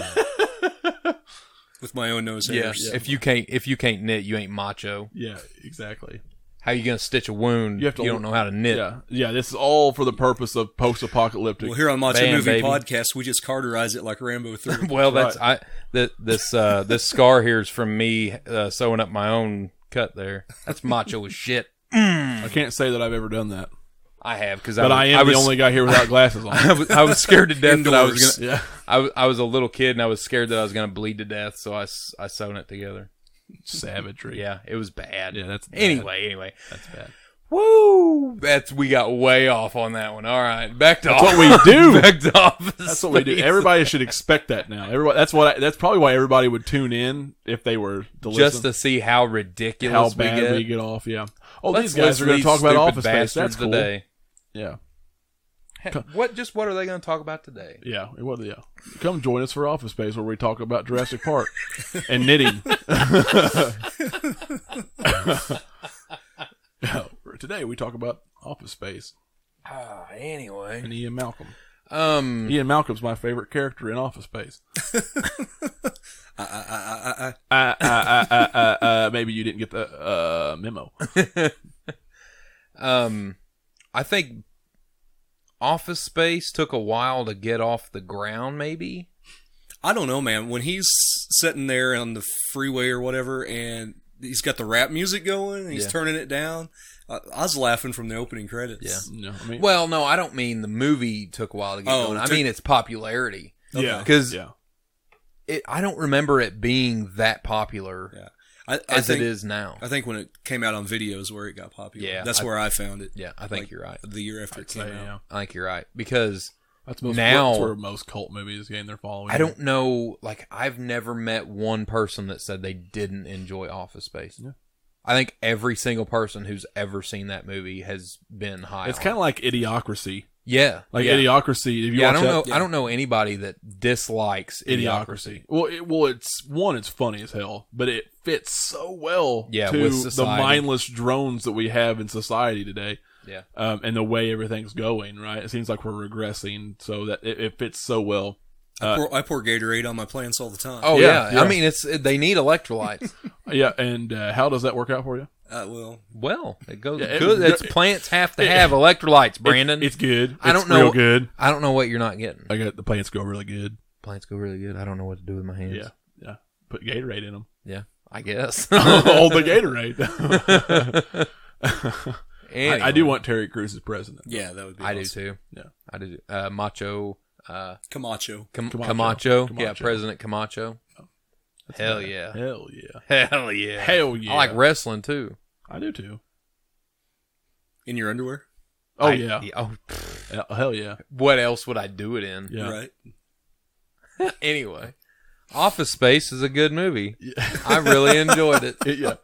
Speaker 2: with my own nose
Speaker 3: yeah.
Speaker 2: hairs.
Speaker 3: If you can't if you can't knit, you ain't macho.
Speaker 1: yeah, exactly.
Speaker 3: How you gonna stitch a wound?
Speaker 1: You have to-
Speaker 3: don't know how to knit.
Speaker 1: Yeah, yeah. This is all for the purpose of post-apocalyptic.
Speaker 2: Well, here on Macho
Speaker 3: Bam,
Speaker 2: Movie
Speaker 3: baby.
Speaker 2: Podcast, we just carterize it like Rambo Three.
Speaker 3: Well, that's I. That this uh, this scar here is from me uh, sewing up my own cut there. That's macho as shit.
Speaker 1: I can't say that I've ever done that,
Speaker 3: I have because
Speaker 1: but I
Speaker 3: I, was-
Speaker 1: am
Speaker 3: was,
Speaker 1: the only guy here without glasses on.
Speaker 3: I was, I was scared to death that I was
Speaker 2: Indoors.
Speaker 3: gonna.
Speaker 1: Yeah,
Speaker 3: I, w- I was a little kid and I was scared that I was gonna bleed to death, so I, s- I sewn it together.
Speaker 1: savagery.
Speaker 3: Yeah, it was bad.
Speaker 1: yeah. That's bad.
Speaker 3: Anyway, anyway,
Speaker 1: That's bad.
Speaker 3: woo! That's we got way off on that one. All right, back to
Speaker 1: That's what we do.
Speaker 3: Back to office.
Speaker 1: That's what we do.
Speaker 3: Space.
Speaker 1: Everybody should expect that now. Everybody. That's what. I, that's probably why everybody would tune in if they were to
Speaker 3: just
Speaker 1: listen.
Speaker 3: to see
Speaker 1: how
Speaker 3: how ridiculous
Speaker 1: bad we get.
Speaker 3: we get.
Speaker 1: off. Yeah. Oh,
Speaker 3: Let's
Speaker 1: these guys
Speaker 3: listen
Speaker 1: are going
Speaker 3: these
Speaker 1: to talk about
Speaker 3: stupid
Speaker 1: Office Space.
Speaker 3: bastards
Speaker 1: That's cool.
Speaker 3: today.
Speaker 1: Yeah.
Speaker 3: What just what are they going to talk about today?
Speaker 1: Yeah. It was- yeah. Come join us for Office Space where we talk about Jurassic Park and knitting. Yeah, Today we talk about Office Space
Speaker 3: Ah, anyway,
Speaker 1: and Ian Malcolm.
Speaker 3: Um,
Speaker 1: Ian Malcolm's my favorite character in Office Space.
Speaker 2: I, I, I, I,
Speaker 1: Uh, uh, uh, uh, uh, uh, maybe you didn't get the uh, memo.
Speaker 3: um, I think Office Space took a while to get off the ground. Maybe
Speaker 2: I don't know, man. When he's sitting there on the freeway or whatever, and he's got the rap music going, and he's
Speaker 3: Yeah.
Speaker 2: turning it down. I, I was laughing from the opening credits.
Speaker 3: Yeah.
Speaker 1: No, I mean,
Speaker 3: Well, no, I don't mean the movie took a while to get
Speaker 2: Oh,
Speaker 3: going. I
Speaker 2: took-
Speaker 3: mean its popularity.
Speaker 1: yeah,
Speaker 2: okay.
Speaker 3: 'Cause-
Speaker 1: yeah,
Speaker 3: It, I don't remember it being that popular
Speaker 2: Yeah. I, I
Speaker 3: as
Speaker 2: think,
Speaker 3: it is now.
Speaker 2: I think when it came out on videos, where it got popular.
Speaker 3: Yeah,
Speaker 2: that's
Speaker 3: I-
Speaker 2: where I found it.
Speaker 3: yeah, I think
Speaker 2: Like,
Speaker 3: you're right.
Speaker 2: The year
Speaker 1: I'd
Speaker 2: after it came
Speaker 1: say,
Speaker 2: out.
Speaker 1: yeah.
Speaker 3: I think you're right because
Speaker 1: That's most
Speaker 3: Now-
Speaker 1: that's where most cult movies gain their following.
Speaker 3: I don't know. Like, I've never met one person that said they didn't enjoy Office Space.
Speaker 1: Yeah.
Speaker 3: I think every single person who's ever seen that movie has been high.
Speaker 1: It's kind of like Idiocracy.
Speaker 3: yeah,
Speaker 1: Like
Speaker 3: yeah.
Speaker 1: Idiocracy. If you
Speaker 3: Yeah, I
Speaker 1: watch
Speaker 3: don't know.
Speaker 1: that,
Speaker 3: I don't know anybody that dislikes
Speaker 1: Idiocracy.
Speaker 3: Idiocracy.
Speaker 1: Well, it, well, it's one. It's funny as hell, but it fits so well
Speaker 3: Yeah,
Speaker 1: to
Speaker 3: with
Speaker 1: the
Speaker 3: society.
Speaker 1: mindless drones that we have in society today,
Speaker 3: Yeah,
Speaker 1: um, and the way everything's going. Right, it seems like we're regressing, so that it, it fits so well.
Speaker 2: I,
Speaker 1: Uh,
Speaker 2: pour, I pour Gatorade on my plants all the time.
Speaker 3: Oh yeah.
Speaker 1: Yeah,
Speaker 3: I
Speaker 1: yeah.
Speaker 3: mean, it's they need electrolytes.
Speaker 1: Yeah, and uh, how does that work out for you?
Speaker 2: Uh, well,
Speaker 3: well, it goes.
Speaker 1: Yeah, it-
Speaker 3: good. It's plants have to have electrolytes, Brandon.
Speaker 1: It- it's good.
Speaker 3: I don't
Speaker 1: It's
Speaker 3: know-
Speaker 1: Real good.
Speaker 3: I don't know what you're not getting.
Speaker 1: I got the plants go really good.
Speaker 3: Plants go really good. I don't know what to do with my hands.
Speaker 1: Yeah, yeah. Put Gatorade in them.
Speaker 3: yeah. I guess.
Speaker 1: All the Gatorade. I, I
Speaker 3: Anyway.
Speaker 1: do want Terry Crews as president.
Speaker 2: yeah, that would be.
Speaker 3: I do
Speaker 2: awesome.
Speaker 3: too.
Speaker 1: Yeah.
Speaker 3: I do. Uh, Macho, uh,
Speaker 2: Camacho.
Speaker 3: Cam- Camacho.
Speaker 1: Camacho.
Speaker 3: yeah,
Speaker 1: Camacho.
Speaker 3: President Camacho. Hell yeah.
Speaker 1: Hell yeah.
Speaker 3: Hell yeah,
Speaker 1: Hell yeah.
Speaker 3: I like wrestling too.
Speaker 1: I do too.
Speaker 2: In your underwear,
Speaker 1: Oh
Speaker 3: I-
Speaker 1: yeah.
Speaker 3: Oh, pfft,
Speaker 1: Hell- Hell yeah.
Speaker 3: what else would I do it in?
Speaker 1: Yeah.
Speaker 2: right?
Speaker 3: anyway, Office Space is a good movie.
Speaker 1: Yeah.
Speaker 3: I really enjoyed it.
Speaker 1: It- yeah.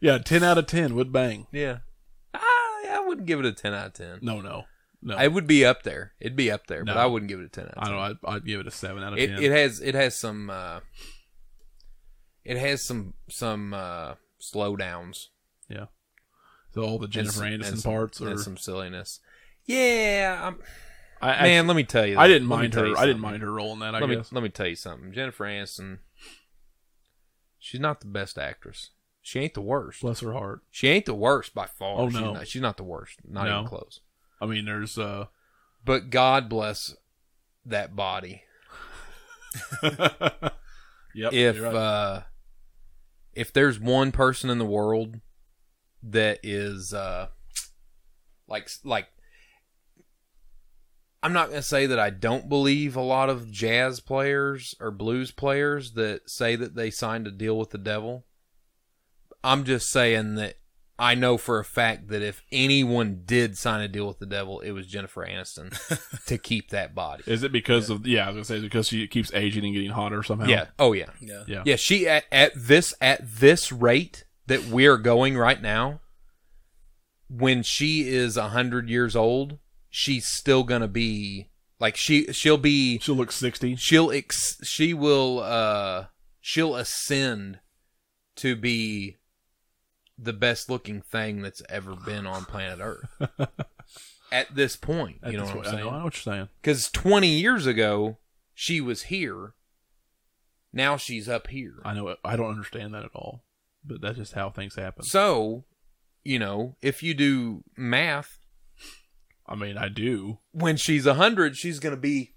Speaker 1: Yeah, 10 out of 10 would bang.
Speaker 3: Yeah, Ah, I, I wouldn't give it a ten out of ten.
Speaker 1: No, no. No.
Speaker 3: It would be up there. It'd be up there, but
Speaker 1: No.
Speaker 3: I wouldn't give it a ten out of
Speaker 1: I
Speaker 3: ten.
Speaker 1: don't know. I'd, I'd give it a 7 out of
Speaker 3: it,
Speaker 1: 10.
Speaker 3: it has it has some uh, it has some some uh, slowdowns.
Speaker 1: so all the Jennifer
Speaker 3: and
Speaker 1: Anderson
Speaker 3: some-
Speaker 1: parts
Speaker 3: and
Speaker 1: are
Speaker 3: some silliness. Yeah, I'm,
Speaker 1: I, I-
Speaker 3: man. Let me tell you,
Speaker 1: I didn't
Speaker 3: let me
Speaker 1: mind
Speaker 3: tell
Speaker 1: her.
Speaker 3: you
Speaker 1: I didn't
Speaker 3: something.
Speaker 1: mind her role in that, I
Speaker 3: let
Speaker 1: guess.
Speaker 3: me let me tell you something. Jennifer Aniston, she's not the best actress. She ain't the worst.
Speaker 1: Bless her heart.
Speaker 3: She ain't the worst by far.
Speaker 1: Oh,
Speaker 3: she's
Speaker 1: no.
Speaker 3: not, she's not the worst. Not
Speaker 1: No.
Speaker 3: even close.
Speaker 1: I mean, there's uh
Speaker 3: But God bless that body.
Speaker 1: Yep.
Speaker 3: if
Speaker 1: you're right.
Speaker 3: uh, if there's one person in the world that is uh, like like I'm not gonna say that I don't believe a lot of jazz players or blues players that say that they signed a deal with the devil. I'm just saying that I know for a fact that if anyone did sign a deal with the devil, it was Jennifer Aniston to keep that body.
Speaker 1: Is it because of yeah? I was gonna say it's because she keeps aging and getting hotter somehow.
Speaker 3: Yeah. Oh yeah.
Speaker 2: Yeah.
Speaker 1: yeah,
Speaker 3: Yeah, she at, at this at this rate that we're going right now, when she is a hundred years old, she's still gonna be like she she'll be
Speaker 1: She'll look sixty.
Speaker 3: she'll ex, she will uh she'll ascend to be the best looking thing that's ever been on planet Earth. at this point,
Speaker 1: At
Speaker 3: you know
Speaker 1: this
Speaker 3: what I'm
Speaker 1: point- I know, I know
Speaker 3: saying?
Speaker 1: what you're saying.
Speaker 3: Because 20 years ago she was here. Now she's up here.
Speaker 1: I know. it- I don't understand that at all. But that's just how things happen.
Speaker 3: So, you know, if you do math,
Speaker 1: I mean, I do.
Speaker 3: when she's 100, she's going to be,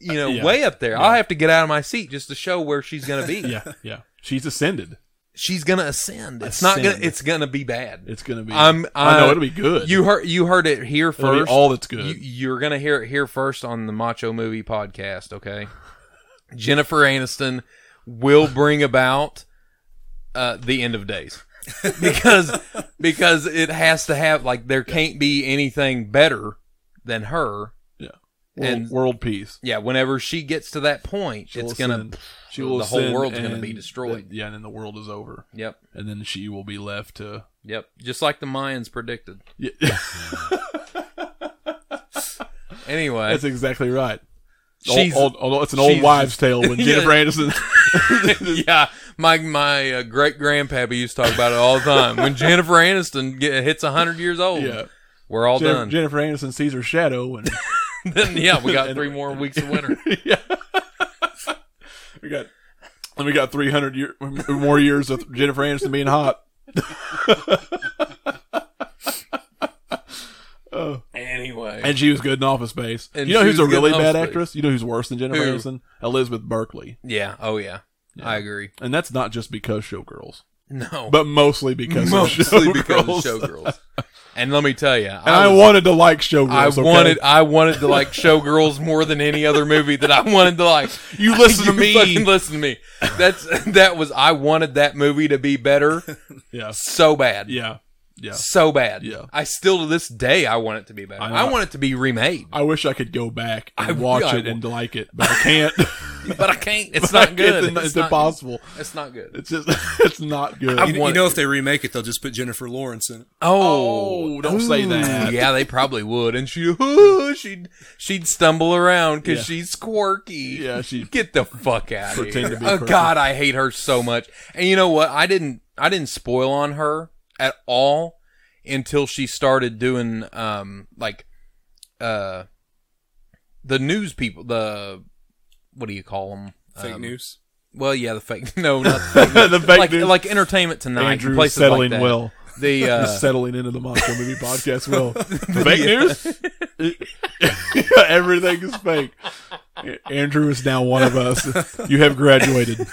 Speaker 3: you know,
Speaker 1: Uh, yeah.
Speaker 3: way up there.
Speaker 1: Yeah.
Speaker 3: I'll have to get out of my seat just to show where she's going to be.
Speaker 1: Yeah, yeah. She's ascended.
Speaker 3: She's going to ascend. It's not going
Speaker 1: Ascend.
Speaker 3: to, it's going to be bad.
Speaker 1: It's gonna be.
Speaker 3: I'm-
Speaker 1: I know
Speaker 3: I-
Speaker 1: it'll be good.
Speaker 3: You heard, you heard it here
Speaker 1: it'll be
Speaker 3: first.
Speaker 1: all that's good.
Speaker 3: You, you're going to hear it here first on the Macho Movie podcast, okay? Jennifer Aniston will bring about uh, the end of days. because because it has to have like there can't be anything better than her.
Speaker 1: world,
Speaker 3: and-
Speaker 1: world peace.
Speaker 3: Yeah, whenever she gets to that point,
Speaker 1: She'll
Speaker 3: it's gonna
Speaker 1: ascend. She will
Speaker 3: the whole
Speaker 1: ascend
Speaker 3: world's gonna
Speaker 1: and
Speaker 3: be
Speaker 1: then-
Speaker 3: destroyed.
Speaker 1: yeah, and then the world is over,
Speaker 3: Yep,
Speaker 1: and then she will be left to.
Speaker 3: yep. Just like the Mayans predicted.
Speaker 1: Yeah,
Speaker 3: Anyway,
Speaker 1: that's exactly right.
Speaker 3: she's
Speaker 1: old, old, old- it's an old
Speaker 3: she's-
Speaker 1: wives' tale when
Speaker 3: Yeah.
Speaker 1: Jennifer Anderson.
Speaker 3: yeah. My my uh, great grandpappy used to talk about it all the time. When Jennifer Aniston get, hits hundred years old,
Speaker 1: yeah,
Speaker 3: we're all
Speaker 1: Jennifer,
Speaker 3: done.
Speaker 1: Jennifer Anderson sees her shadow and
Speaker 3: then yeah, we got
Speaker 1: And-
Speaker 3: three more weeks of winter.
Speaker 1: yeah. we got and we got 300 year, more years of Jennifer Aniston being hot. oh.
Speaker 3: Anyway,
Speaker 1: And she was good in Office Space.
Speaker 3: And
Speaker 1: you know
Speaker 3: she
Speaker 1: who's a
Speaker 3: was good in
Speaker 1: really
Speaker 3: Office
Speaker 1: bad
Speaker 3: Space.
Speaker 1: actress? You know who's worse than Jennifer
Speaker 3: Who?
Speaker 1: Aniston? Elizabeth Berkley.
Speaker 3: yeah, oh yeah,
Speaker 1: Yeah.
Speaker 3: I agree.
Speaker 1: And that's not just because Showgirls,
Speaker 3: No,
Speaker 1: but mostly because of
Speaker 3: mostly
Speaker 1: Showgirls.
Speaker 3: because of Showgirls. and let me tell you,
Speaker 1: And I,
Speaker 3: was-
Speaker 1: wanted to like Showgirls.
Speaker 3: I
Speaker 1: okay?
Speaker 3: wanted, I wanted to like Showgirls more than any other movie that I wanted to like.
Speaker 1: you listen to
Speaker 3: You fucking
Speaker 1: me.
Speaker 3: listen to me. That's that was. I wanted that movie to be better
Speaker 1: Yeah,
Speaker 3: so bad.
Speaker 1: yeah, yeah.
Speaker 3: So bad.
Speaker 1: Yeah.
Speaker 3: I still to this day I want it to be better.
Speaker 1: I know.
Speaker 3: I, want it to be remade,
Speaker 1: I wish I could go back and
Speaker 3: I-
Speaker 1: watch
Speaker 3: I-
Speaker 1: it and like it, but I can't.
Speaker 3: but I can't. It's not good.
Speaker 1: It's, it's
Speaker 3: not-
Speaker 1: impossible.
Speaker 3: It's not good.
Speaker 1: It's just it's not good.
Speaker 3: I
Speaker 2: You, you
Speaker 3: want-
Speaker 2: know, if they remake it, they'll just put Jennifer Lawrence in it.
Speaker 3: Oh,
Speaker 1: Oh, don't say that.
Speaker 3: Yeah, they probably would, and she would she'd she'd stumble around because
Speaker 1: Yeah.
Speaker 3: she's quirky.
Speaker 1: yeah, she
Speaker 3: Get the fuck out of
Speaker 1: Pretend
Speaker 3: here!
Speaker 1: to be
Speaker 3: Oh
Speaker 1: quirky.
Speaker 3: God, I hate her so much. And you know what? I didn't I didn't spoil on her at all until she started doing um like uh the news people the what do you call them
Speaker 1: Um,
Speaker 2: Fake news.
Speaker 3: Well, yeah, the fake no, not the fake news.
Speaker 1: the fake
Speaker 3: like
Speaker 1: news.
Speaker 3: like Entertainment Tonight, and
Speaker 1: Andrew
Speaker 3: places
Speaker 1: settling
Speaker 3: like that.
Speaker 1: well,
Speaker 3: The uh,
Speaker 1: settling into the monster movie podcast. Well, fake news. Everything is fake. Andrew is now one of us. You have graduated.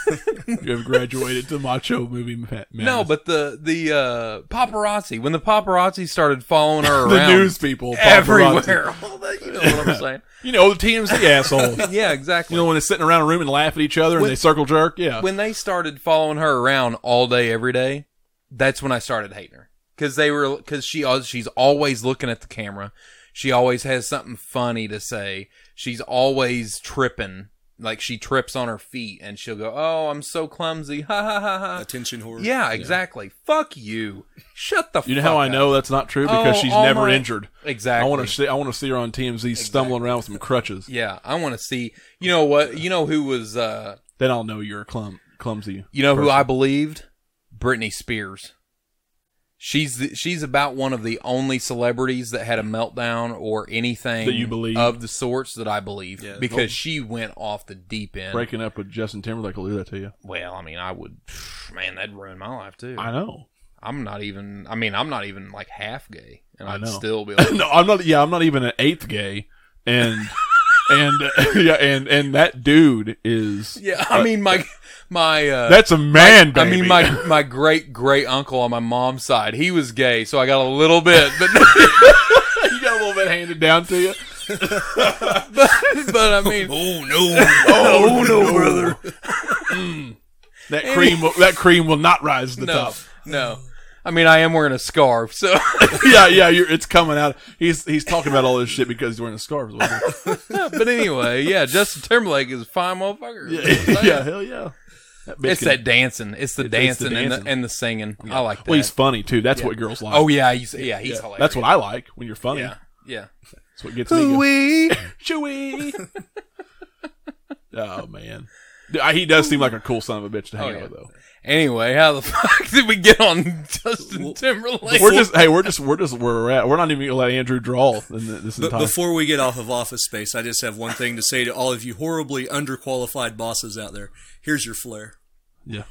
Speaker 1: You have graduated to macho movie. Ma-
Speaker 3: No,
Speaker 1: madness.
Speaker 3: but the the uh, paparazzi when the paparazzi started following her
Speaker 1: the
Speaker 3: around
Speaker 1: news people paparazzi.
Speaker 3: everywhere, all that, you know what I'm saying?
Speaker 1: You know the TMZ assholes.
Speaker 3: Yeah, exactly.
Speaker 1: You know when they're sitting around a room and laugh at each other
Speaker 3: When-
Speaker 1: and they circle jerk. Yeah,
Speaker 3: when they started following her around all day, every day, that's when I started hating her because they were because she al- she's always looking at the camera. She always has something funny to say. She's always tripping. Like she trips on her feet and she'll go, "Oh, I'm so clumsy." Ha ha ha
Speaker 1: uh,
Speaker 3: ha.
Speaker 2: Attention whore.
Speaker 3: Yeah, exactly. Fuck you. Shut the
Speaker 1: you know
Speaker 3: fuck
Speaker 1: how I
Speaker 3: up.
Speaker 1: know that's not true because
Speaker 3: Oh,
Speaker 1: she's
Speaker 3: all
Speaker 1: never
Speaker 3: my-
Speaker 1: injured.
Speaker 3: Exactly.
Speaker 1: I want to see. I want to see her on TMZ stumbling around with some crutches.
Speaker 3: Yeah, I want to see. You know what? You know who was. uh
Speaker 1: Then I'll know you're a clum, clumsy.
Speaker 3: You know who
Speaker 1: person.
Speaker 3: I believed? Britney Spears. She's the, she's about one of the only celebrities that had a meltdown or anything
Speaker 1: That you believe?
Speaker 3: of the sorts that I believe
Speaker 2: Yeah.
Speaker 3: because she went off the deep end.
Speaker 1: breaking up with Justin Timberlake will do that to you.
Speaker 3: Well, I mean, I would, man, that'd ruin my life too.
Speaker 1: I know.
Speaker 3: I'm not even. I mean, I'm not even like half gay, and
Speaker 1: I
Speaker 3: I'd
Speaker 1: know.
Speaker 3: still be like,
Speaker 1: no, I'm not. Yeah, I'm not even an eighth gay, and and uh, yeah, and and that dude is.
Speaker 3: yeah. I mean, my my uh,
Speaker 1: That's a man,
Speaker 3: I
Speaker 1: baby.
Speaker 3: mean, my my great great uncle on my mom's side, he was gay, so I got a little bit, but
Speaker 1: you got a little bit handed down to you.
Speaker 3: but, but I mean,
Speaker 2: Oh no!
Speaker 1: Oh no, brother. That cream, will, that cream will not rise to the
Speaker 3: no,
Speaker 1: top.
Speaker 3: no. I mean, I am wearing a scarf, so
Speaker 1: yeah, yeah, you're, it's coming out. He's he's talking about all this shit because he's wearing a scarf. is what he-
Speaker 3: but anyway, yeah. Justin Timberlake is a fine motherfucker. That's what
Speaker 1: Yeah,
Speaker 3: I'm
Speaker 1: yeah,
Speaker 3: saying.
Speaker 1: hell yeah. That bitch
Speaker 3: It's
Speaker 1: can-
Speaker 3: that dancing. It's the
Speaker 1: It's- it's the
Speaker 3: dancing, and,
Speaker 1: dancing.
Speaker 3: the, and the singing. I like that.
Speaker 1: Well, he's funny too. That's what girls like.
Speaker 3: oh yeah, he's yeah,
Speaker 1: Yeah.
Speaker 3: he's hilarious.
Speaker 1: That's what I like when you're funny.
Speaker 3: Yeah, yeah.
Speaker 1: That's what gets me. Going.
Speaker 3: Hooey.
Speaker 1: Chewy. oh man, Dude, I- he does seem like a cool son of a bitch to hang
Speaker 3: Oh,
Speaker 1: out
Speaker 3: yeah.
Speaker 1: with, though.
Speaker 3: anyway, how the fuck did we get on Justin Timberlake?
Speaker 1: We're just hey, we're just we're just where we're at. We're not even gonna let Andrew draw in the, this
Speaker 2: But
Speaker 1: entire.
Speaker 2: before we get off of Office Space, I just have one thing to say to all of you horribly underqualified bosses out there. Here's your flair.
Speaker 1: yeah,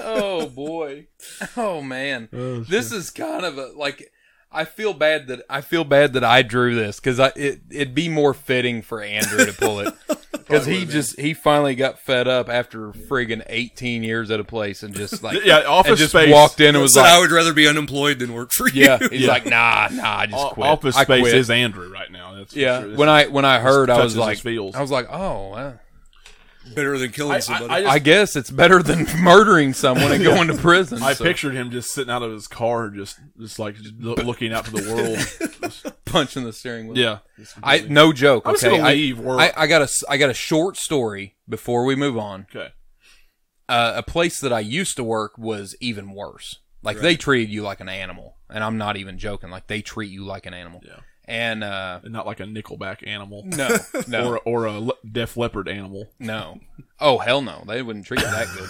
Speaker 3: oh boy. Oh man.
Speaker 1: Oh,
Speaker 3: this is kind of a like I feel bad that I feel bad that I drew this because I it it'd be more fitting for Andrew to pull it because he just he finally got fed up after friggin' eighteen years at a place and just like
Speaker 1: Yeah, Office
Speaker 3: and just
Speaker 1: Space-
Speaker 3: walked in and was
Speaker 2: So I
Speaker 3: like
Speaker 2: would rather be unemployed than work for you.
Speaker 3: yeah he's
Speaker 1: Yeah.
Speaker 3: like nah nah I just
Speaker 1: O-
Speaker 3: quit
Speaker 1: Office
Speaker 3: I
Speaker 1: Space
Speaker 3: quit.
Speaker 1: is Andrew right now. That's for
Speaker 3: yeah
Speaker 1: sure.
Speaker 3: when I when I heard I
Speaker 1: touches
Speaker 3: was like
Speaker 1: his feels.
Speaker 3: I was like oh well,
Speaker 2: Better than killing somebody.
Speaker 1: I, I,
Speaker 3: I
Speaker 1: just,
Speaker 3: guess it's better than murdering someone and going to prison
Speaker 1: I
Speaker 3: so
Speaker 1: pictured him just sitting out of his car, just just like just lo- looking out to the world.
Speaker 3: punching the steering wheel
Speaker 1: yeah,
Speaker 3: I no joke
Speaker 1: I'm just
Speaker 3: okay
Speaker 1: gonna
Speaker 3: I-
Speaker 1: leave work.
Speaker 3: I, I got a s- I got a short story before we move on.
Speaker 1: okay.
Speaker 3: Uh, a place that I used to work was even worse. Like they treated you like an animal, and I'm not even joking. Like they treat you like an animal.
Speaker 1: Yeah.
Speaker 3: And uh,
Speaker 1: And not like a Nickelback animal
Speaker 3: no, no,
Speaker 1: or a, or a le- Def Leopard animal.
Speaker 3: no. Oh hell no, they wouldn't treat you that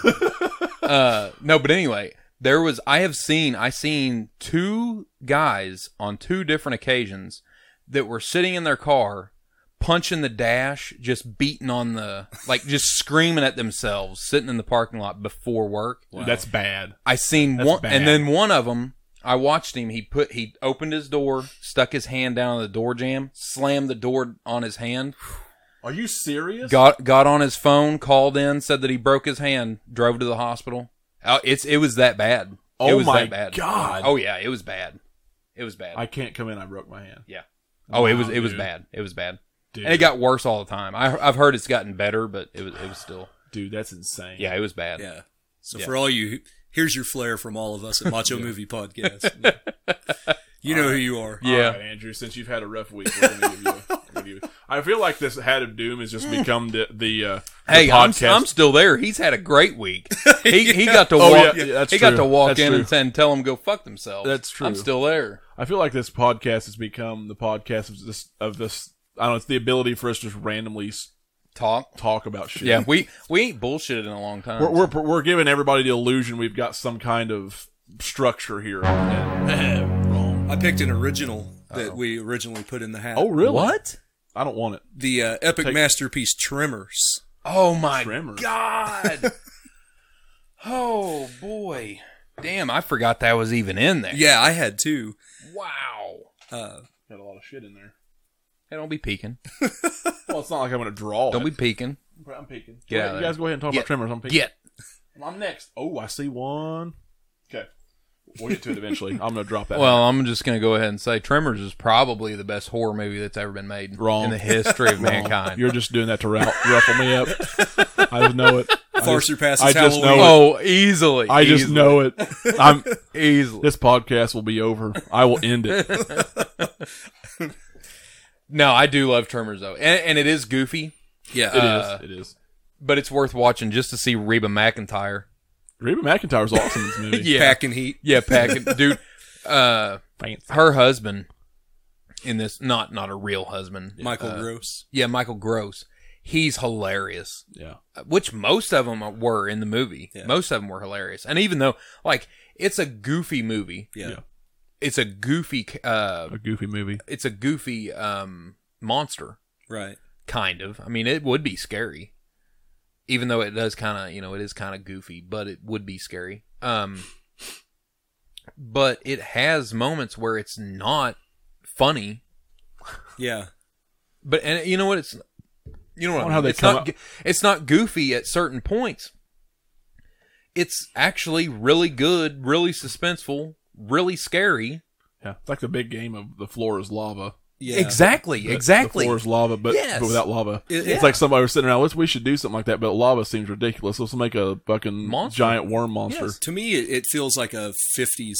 Speaker 3: good. uh, no, but anyway, There was I have seen I seen two guys on two different occasions that were sitting in their car punching the dash, just beating on the like just screaming at themselves sitting in the parking lot before work.
Speaker 1: That's bad.
Speaker 3: I seen
Speaker 1: That's
Speaker 3: one,
Speaker 1: bad.
Speaker 3: and then one of them. I watched him. He put he opened his door, stuck his hand down on the door jamb, slammed the door on his hand,
Speaker 1: Are you serious?
Speaker 3: got got on his phone, called in, said that he broke his hand, drove to the hospital. Uh, It's it was that bad. it
Speaker 1: Oh
Speaker 3: was
Speaker 1: my
Speaker 3: that bad.
Speaker 1: God.
Speaker 3: Oh yeah, it was bad. It was bad.
Speaker 1: I can't come in. I broke my hand.
Speaker 3: yeah. Oh, it was
Speaker 1: Wow,
Speaker 3: it was
Speaker 1: dude.
Speaker 3: bad. It was bad,
Speaker 1: Dude,
Speaker 3: and it got worse all the time. I, I've heard it's gotten better, but it was it was still
Speaker 1: dude, that's insane.
Speaker 3: yeah, it was bad.
Speaker 2: Yeah. So
Speaker 3: Yeah.
Speaker 2: for all you, here's your flair from all of us at Macho Movie Podcast. you know who you are.
Speaker 1: All
Speaker 3: Yeah.
Speaker 1: right, Andrew. Since you've had a rough week, we're gonna give you. A, give you I feel like this Hat of Doom has just become the the, uh, the
Speaker 3: Hey, I'm,
Speaker 1: podcast.
Speaker 3: I'm still there. He's had a great week. He, he got to
Speaker 1: Oh,
Speaker 3: walk.
Speaker 1: yeah, yeah, that's
Speaker 3: he
Speaker 1: true.
Speaker 3: got to walk
Speaker 1: That's
Speaker 3: in
Speaker 1: true.
Speaker 3: and, and tell him go fuck themselves.
Speaker 1: That's true.
Speaker 3: I'm still there.
Speaker 1: I feel like this podcast has become the podcast of this of this. I don't know. It's the ability for us to just randomly s-
Speaker 3: Talk.
Speaker 1: talk about shit.
Speaker 3: Yeah, we we ain't bullshitted in a long time.
Speaker 1: we're, we're we're giving everybody the illusion we've got some kind of structure here.
Speaker 3: Oh,
Speaker 1: Wrong.
Speaker 2: I picked an original that we originally put in the hat.
Speaker 1: Oh, really?
Speaker 3: What?
Speaker 1: I don't want it.
Speaker 2: The uh, epic
Speaker 1: Take-
Speaker 2: masterpiece Tremors.
Speaker 3: Oh my
Speaker 1: Tremors.
Speaker 3: god. oh boy. Damn, I forgot that was even in there.
Speaker 2: Yeah, I had two.
Speaker 3: Wow.
Speaker 2: Uh,
Speaker 1: Got a lot of shit in there.
Speaker 3: Hey, don't be peeking.
Speaker 1: Well, it's not like I'm going to draw.
Speaker 3: Don't be
Speaker 1: it.
Speaker 3: peeking.
Speaker 1: I'm peeking.
Speaker 3: Get out
Speaker 1: you
Speaker 3: of
Speaker 1: guys go ahead and talk about
Speaker 3: Get-
Speaker 1: trimmers. I'm peeking.
Speaker 3: Get.
Speaker 1: I'm next. Oh, I see one. Okay, we'll get to it eventually. I'm going to drop that.
Speaker 3: Well, I'm just gonna go ahead and say Tremors is probably the best horror movie that's ever been made
Speaker 1: Wrong.
Speaker 3: in the history of mankind.
Speaker 1: you're just doing that to rou- ruffle me up. I just know it. I
Speaker 2: Far
Speaker 1: just-
Speaker 2: surpasses
Speaker 1: I just
Speaker 2: Halloween.
Speaker 1: know it.
Speaker 3: oh, easily.
Speaker 1: I just
Speaker 3: easily,
Speaker 1: know it. I'm.
Speaker 3: easily.
Speaker 1: This podcast will be over. I will end it.
Speaker 3: No, I do love Tremors though, and, and it is goofy,
Speaker 2: yeah.
Speaker 1: It is.
Speaker 2: uh,
Speaker 1: It is.
Speaker 3: but it's worth watching just to see Reba McIntyre.
Speaker 1: Reba McIntyre's awesome in this movie.
Speaker 3: Yeah.
Speaker 2: Pack and heat.
Speaker 3: Yeah, packing, dude. Uh, her husband in this not not a real husband.
Speaker 2: Michael
Speaker 3: Uh,
Speaker 2: Gross.
Speaker 3: Yeah, Michael Gross. He's hilarious,
Speaker 1: Yeah.
Speaker 3: which most of them were in the movie.
Speaker 2: Yeah.
Speaker 3: Most of them were hilarious, and even though like it's a goofy movie,
Speaker 2: Yeah.
Speaker 1: yeah.
Speaker 3: it's a goofy uh,
Speaker 1: A goofy movie.
Speaker 3: it's a goofy um monster
Speaker 2: Right.
Speaker 3: kind of. I mean, it would be scary, even though it does kind of, you know, it is kind of goofy, but it would be scary. Um, but it has moments where it's not funny,
Speaker 2: Yeah.
Speaker 3: but and you know what? It's you know what?
Speaker 1: I don't
Speaker 3: I mean?
Speaker 1: know how they
Speaker 3: it's
Speaker 1: come
Speaker 3: not.
Speaker 1: up-
Speaker 3: go- It's not goofy at certain points. It's actually really good, really suspenseful, really scary.
Speaker 1: Yeah. It's like the big game of the floor is lava.
Speaker 2: Yeah.
Speaker 3: Exactly,
Speaker 1: The-
Speaker 3: exactly.
Speaker 1: The floor is lava, but,
Speaker 3: Yes.
Speaker 1: but without lava.
Speaker 2: It-
Speaker 1: It's
Speaker 2: yeah.
Speaker 1: like somebody was sitting around, let's, we should do something like that, but lava seems ridiculous. Let's make a fucking
Speaker 3: Monster.
Speaker 1: giant worm monster.
Speaker 2: To me, it, it feels like a 50s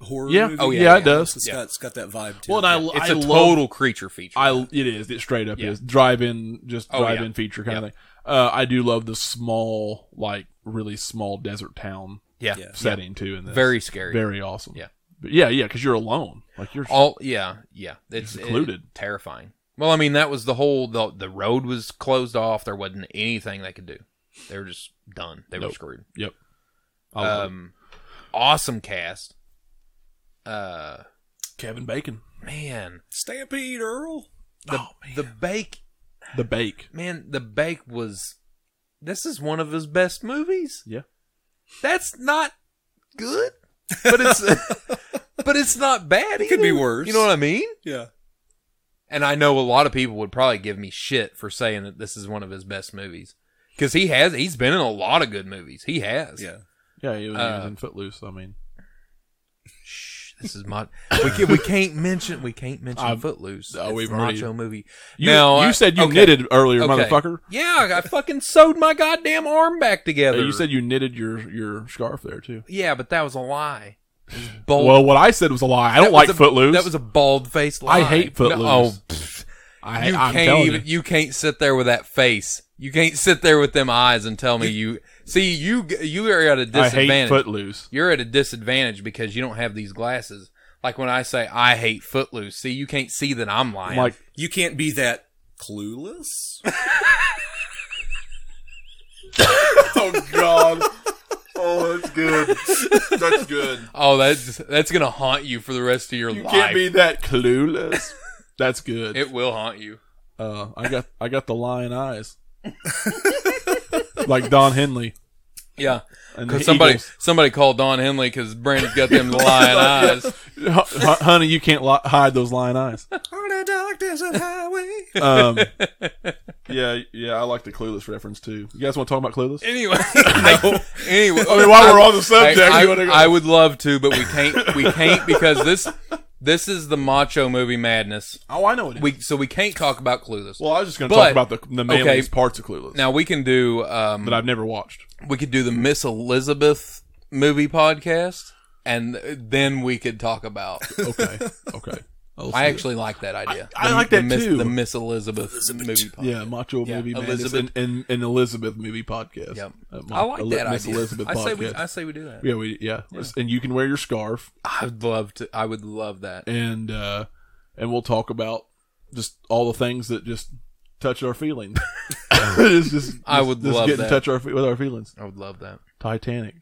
Speaker 2: horror
Speaker 1: Yeah.
Speaker 2: movie.
Speaker 1: Oh, yeah,
Speaker 3: yeah.
Speaker 1: it does.
Speaker 2: It's
Speaker 3: Yeah.
Speaker 2: got, it's got that vibe to
Speaker 1: Well,
Speaker 2: it.
Speaker 1: and I,
Speaker 3: it's
Speaker 1: I
Speaker 3: a
Speaker 1: love-
Speaker 3: total creature feature.
Speaker 1: I it is it straight up
Speaker 3: Yeah.
Speaker 1: is drive in just
Speaker 3: Oh,
Speaker 1: drive
Speaker 3: yeah.
Speaker 1: in feature kind
Speaker 3: Yeah.
Speaker 1: of thing. Uh, I do love the small like really small desert town
Speaker 3: yeah,
Speaker 2: Yeah.
Speaker 1: setting too in this
Speaker 3: very scary.
Speaker 1: very awesome
Speaker 3: Yeah.
Speaker 1: but yeah yeah because you're alone like you're
Speaker 3: All yeah, yeah. It's
Speaker 1: You're secluded.
Speaker 3: it- terrifying. Well, I mean, that was the whole the the road was closed off. There wasn't anything they could do. They were just done. They
Speaker 1: Nope.
Speaker 3: were screwed.
Speaker 1: yep I love it.
Speaker 3: Um, awesome cast. Uh,
Speaker 1: Kevin Bacon
Speaker 3: man,
Speaker 2: Stampede Earl.
Speaker 3: the
Speaker 1: Oh, man.
Speaker 3: the bake
Speaker 1: the Bake
Speaker 3: man the bake was. This is one of his best movies.
Speaker 1: yeah
Speaker 3: That's not good, but it's but it's not bad. It
Speaker 2: could be worse.
Speaker 3: You know what I mean?
Speaker 2: Yeah.
Speaker 3: And I know a lot of people would probably give me shit for saying that this is one of his best movies because he has he's been in a lot of good movies. He has.
Speaker 2: Yeah.
Speaker 1: yeah he was, he was
Speaker 3: Uh,
Speaker 1: in Footloose I mean
Speaker 3: Shh, this is my we can't, we can't mention we can't mention
Speaker 1: I've-
Speaker 3: Footloose.
Speaker 1: Oh,
Speaker 3: It's
Speaker 1: we've
Speaker 3: a
Speaker 1: already-
Speaker 3: macho movie.
Speaker 1: you
Speaker 3: Now, I-
Speaker 1: you said you
Speaker 3: okay.
Speaker 1: knitted earlier
Speaker 3: Okay.
Speaker 1: motherfucker
Speaker 3: Yeah, I fucking sewed my goddamn arm back
Speaker 1: Uh,
Speaker 3: together.
Speaker 1: you said you knitted your your scarf there too
Speaker 3: yeah, but that was a lie. It was Bold.
Speaker 1: well what I said was a lie I don't
Speaker 3: Oh. that
Speaker 1: like
Speaker 3: was a-
Speaker 1: Footloose
Speaker 3: That was a bald faced lie.
Speaker 1: I hate
Speaker 3: No-
Speaker 1: Footloose
Speaker 3: oh,
Speaker 1: I,
Speaker 3: you
Speaker 1: I'm
Speaker 3: can't
Speaker 1: telling
Speaker 3: even
Speaker 1: you.
Speaker 3: you. can't sit there with that face. You can't sit there with them eyes and tell me you see you g- you are at a
Speaker 1: I
Speaker 3: disadvantage.
Speaker 1: hate Footloose
Speaker 3: You're at a disadvantage because you don't have these glasses. Like when I say I hate Footloose, see you can't see that I'm
Speaker 1: I'm
Speaker 3: lying.
Speaker 1: like
Speaker 2: You can't be that clueless.
Speaker 1: oh god oh that's good. That's good.
Speaker 3: Oh, that's that's gonna haunt you for the rest of your
Speaker 1: You
Speaker 3: life.
Speaker 1: can't be that clueless. That's good.
Speaker 3: It will haunt you.
Speaker 1: Uh, I got I got the lion eyes, like Don Henley.
Speaker 3: Yeah,
Speaker 1: And the
Speaker 3: because somebody
Speaker 1: Eagles.
Speaker 3: somebody called Don Henley because Brandon's got them lion eyes.
Speaker 1: Hu- hu- honey, you can't li- hide those lion eyes.
Speaker 2: On a dark desert highway.
Speaker 1: Um, yeah, yeah, I like the Clueless reference too. You guys want to talk about Clueless?
Speaker 3: Anyway, anyway,
Speaker 1: I mean, while we're on the subject,
Speaker 3: I,
Speaker 1: you wanna go-
Speaker 3: I would love to, but we can't. We can't because this this is the macho movie madness.
Speaker 1: oh, I know what it is.
Speaker 3: We so we can't talk about Clueless.
Speaker 1: well, I was just going to
Speaker 3: But-
Speaker 1: talk about the the
Speaker 3: okay.
Speaker 1: manliest parts of Clueless
Speaker 3: now we can do um,
Speaker 1: that I've never watched.
Speaker 3: we could do the Miss Elizabeth movie podcast, and then we could talk about.
Speaker 1: Okay, okay. I'll
Speaker 3: I
Speaker 1: see.
Speaker 3: actually like that idea.
Speaker 1: I- I
Speaker 3: The-
Speaker 1: like
Speaker 3: the
Speaker 1: that
Speaker 3: Miss,
Speaker 1: too.
Speaker 3: The Miss Elizabeth, movie podcast.
Speaker 1: yeah, Macho
Speaker 3: Yeah,
Speaker 1: Movie Madness
Speaker 3: Elizabeth.
Speaker 1: and, and, and Elizabeth Movie Podcast.
Speaker 3: Yep.
Speaker 1: Uh, Ma-
Speaker 3: I like
Speaker 1: Eli-
Speaker 3: that
Speaker 1: Miss
Speaker 3: idea.
Speaker 1: Elizabeth
Speaker 3: I say we.
Speaker 1: podcast.
Speaker 3: I say we do that.
Speaker 1: yeah, we yeah. Let's- and you can wear your scarf,
Speaker 3: I'd love to. I would love that.
Speaker 1: and uh, and we'll talk about just all the things that just touch our feelings. It's just,
Speaker 3: I would
Speaker 1: just
Speaker 3: love
Speaker 1: get
Speaker 3: that.
Speaker 1: in touch our, fe- with our feelings.
Speaker 3: I would love that.
Speaker 1: Titanic,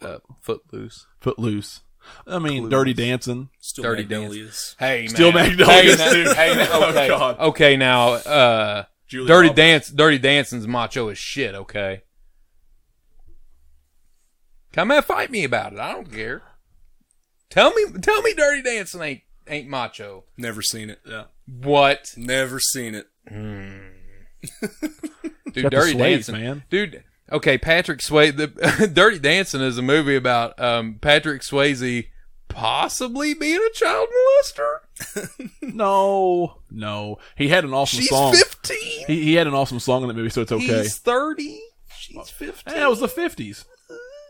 Speaker 3: Uh, Footloose.
Speaker 1: Footloose. I mean, Dirty Dancing.
Speaker 2: Still
Speaker 3: Dirty
Speaker 2: Magnolias.
Speaker 3: Hey, man.
Speaker 1: Still Magnolias,
Speaker 3: Hey,
Speaker 1: dude.
Speaker 3: now- hey, now-
Speaker 1: Oh,
Speaker 3: okay.
Speaker 1: God.
Speaker 3: okay, now, uh,
Speaker 1: Julia
Speaker 3: Dirty
Speaker 1: Roberts.
Speaker 3: Dance, Dirty Dancing's macho as shit. Okay, come and fight me about it. I don't care. Tell me, tell me, Dirty Dancing ain't ain't macho.
Speaker 2: Never seen it. Yeah.
Speaker 3: What,
Speaker 2: Never seen it.
Speaker 3: dude?
Speaker 1: got the
Speaker 3: Dirty
Speaker 1: Swayze,
Speaker 3: Dancing,
Speaker 1: man.
Speaker 3: dude. Okay, Patrick Sway. The Dirty Dancing is a movie about um, Patrick Swayze possibly being a child molester.
Speaker 1: No, no. He had an awesome
Speaker 3: She's
Speaker 1: song.
Speaker 3: fifteen.
Speaker 1: He, he had an awesome song in that movie, so it's okay.
Speaker 3: He's thirty. She's fifteen.
Speaker 1: Yeah, it was the fifties.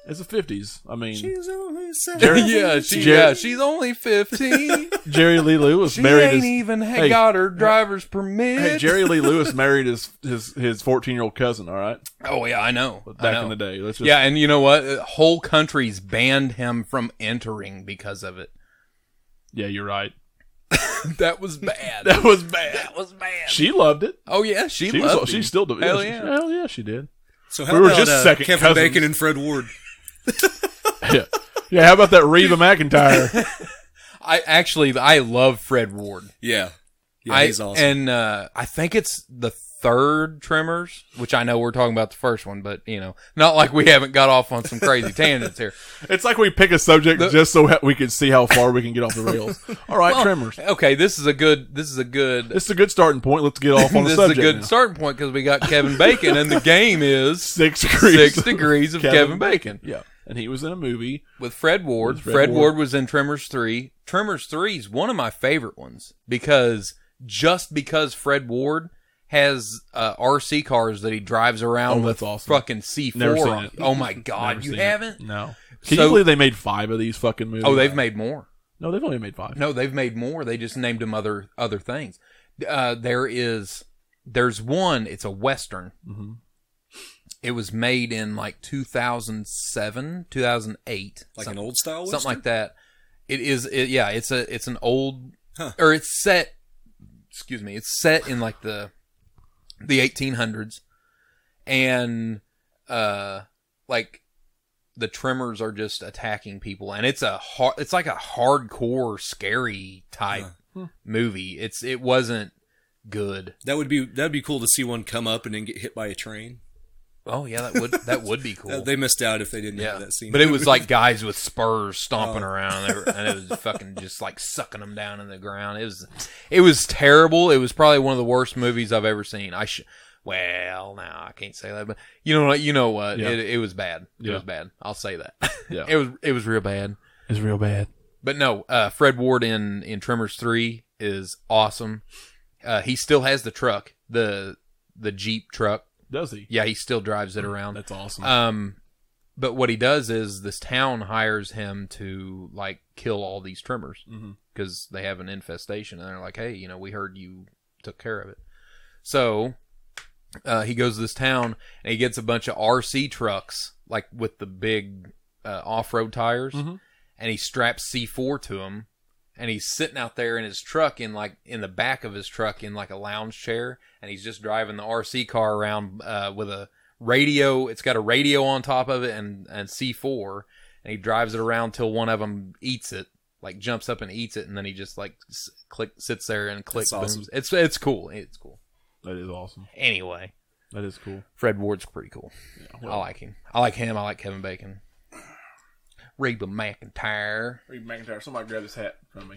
Speaker 1: It's the fifties. I mean,
Speaker 2: She's only
Speaker 1: Jerry-
Speaker 3: yeah, she,
Speaker 1: Jerry-
Speaker 3: yeah, she's only fifteen.
Speaker 1: Jerry Lee Lewis
Speaker 3: She
Speaker 1: married
Speaker 3: ain't
Speaker 1: his
Speaker 3: even ha-
Speaker 1: hey.
Speaker 3: got her driver's permit.
Speaker 1: Hey, Jerry Lee Lewis married his his his fourteen year old cousin. All right,
Speaker 3: Oh yeah, I know. I
Speaker 1: back
Speaker 3: know.
Speaker 1: in the day. Let's just,
Speaker 3: Yeah, and you know what? Uh, Whole countries banned him from entering because of it.
Speaker 1: yeah, you're right.
Speaker 3: That was bad.
Speaker 1: That was bad.
Speaker 3: That was bad.
Speaker 1: She loved it.
Speaker 3: oh yeah, she,
Speaker 1: She
Speaker 3: loved
Speaker 1: was. She
Speaker 3: him.
Speaker 1: still did.
Speaker 3: Hell
Speaker 1: she-
Speaker 3: yeah.
Speaker 1: Hell yeah, she did.
Speaker 2: So how
Speaker 1: We were
Speaker 2: about
Speaker 1: just
Speaker 2: uh,
Speaker 1: second
Speaker 2: Kevin
Speaker 1: cousins.
Speaker 2: Bacon and Fred Ward?
Speaker 1: Yeah. Yeah, how about that Reba McIntyre?
Speaker 3: I actually I love Fred Ward.
Speaker 2: Yeah. Yeah,
Speaker 3: I,
Speaker 2: he's awesome.
Speaker 3: And uh, I think it's the third Tremors, which I know we're talking about the first one, but you know, not like we haven't got off on some crazy tangents here.
Speaker 1: It's like we pick a subject just so ha- we can see how far we can get off the rails. All right,
Speaker 3: Well,
Speaker 1: Tremors.
Speaker 3: Okay, this is a good. This is a good.
Speaker 1: This is a good starting point. Let's get off on the
Speaker 3: this is a
Speaker 1: subject.
Speaker 3: good
Speaker 1: now.
Speaker 3: starting point because we got Kevin Bacon, and the game is
Speaker 1: Six degrees.
Speaker 3: six degrees of Kevin, Bacon
Speaker 1: Yeah, and he was in a movie.
Speaker 3: with Fred Ward.
Speaker 1: With
Speaker 3: Fred,
Speaker 1: Fred
Speaker 3: Ward.
Speaker 1: Ward.
Speaker 3: was in Tremors three. Tremors three is one of my favorite ones because just because Fred Ward has uh, RC cars that he drives around
Speaker 1: Oh,
Speaker 3: with
Speaker 1: that's awesome.
Speaker 3: fucking C four.
Speaker 1: Never seen it.
Speaker 3: Oh my
Speaker 1: Never
Speaker 3: god, you
Speaker 1: seen it.
Speaker 3: haven't?
Speaker 1: No. Can
Speaker 3: So-
Speaker 1: you believe they made five of these fucking movies?
Speaker 3: Oh, they've made more.
Speaker 1: no, they've only made five.
Speaker 3: No, they've made more. They just named them other other things. Uh, there is there's one. It's a western.
Speaker 1: Mhm.
Speaker 3: It was made in like 2007, 2008,
Speaker 2: like
Speaker 3: something,
Speaker 2: an old style
Speaker 3: something like that. It is. It, yeah, it's a it's an old
Speaker 2: Huh.
Speaker 3: or it's set. Excuse me. It's set in like the the 1800s, and uh, like the tremors are just attacking people and it's a hard it's like a hardcore scary type movie it's it wasn't good
Speaker 2: That would be that'd be cool to see one come up and then get hit by a train.
Speaker 3: oh yeah that would that would be cool
Speaker 2: Uh, they missed out if they didn't
Speaker 3: yeah
Speaker 2: have that scene.
Speaker 3: but it was like guys with spurs stomping
Speaker 2: Oh.
Speaker 3: around they were- and it was fucking just like sucking them down in the ground it was it was terrible it was probably one of the worst movies i've ever seen i should well, no, I can't say that, but you know what? You know what?
Speaker 1: Yeah.
Speaker 3: It, it was bad. It
Speaker 1: Yeah.
Speaker 3: was bad. I'll say that.
Speaker 1: Yeah.
Speaker 3: it was it was real bad.
Speaker 1: It's real bad.
Speaker 3: But no, uh, Fred Ward in in Tremors three is awesome. Uh, he still has the truck, the the Jeep truck.
Speaker 1: Does he?
Speaker 3: Yeah, he still drives it around.
Speaker 1: Oh, That's awesome.
Speaker 3: Um, but what he does is this town hires him to like kill all these Tremors
Speaker 1: Mhm.
Speaker 3: because they have an infestation, and they're like, hey, you know, we heard you took care of it. So uh, he goes to this town and he gets a bunch of RC trucks, like with the big uh, off road tires
Speaker 1: Mhm.
Speaker 3: and he straps C4 to him and he's sitting out there in his truck in like in the back of his truck in like a lounge chair and he's just driving the RC car around uh, with a radio. It's got a radio on top of it and and C four, and he drives it around till one of them eats it, like jumps up and eats it, and then he just like s- click sits there and clicks.
Speaker 2: That's awesome.
Speaker 3: booms. It's it's cool. It's cool.
Speaker 1: That is awesome.
Speaker 3: Anyway,
Speaker 1: That is cool.
Speaker 3: Fred Ward's pretty cool.
Speaker 1: Yeah,
Speaker 3: I like him. I like him. I like Kevin Bacon. Reba McIntyre.
Speaker 1: Reed McIntyre, somebody grab his hat from me.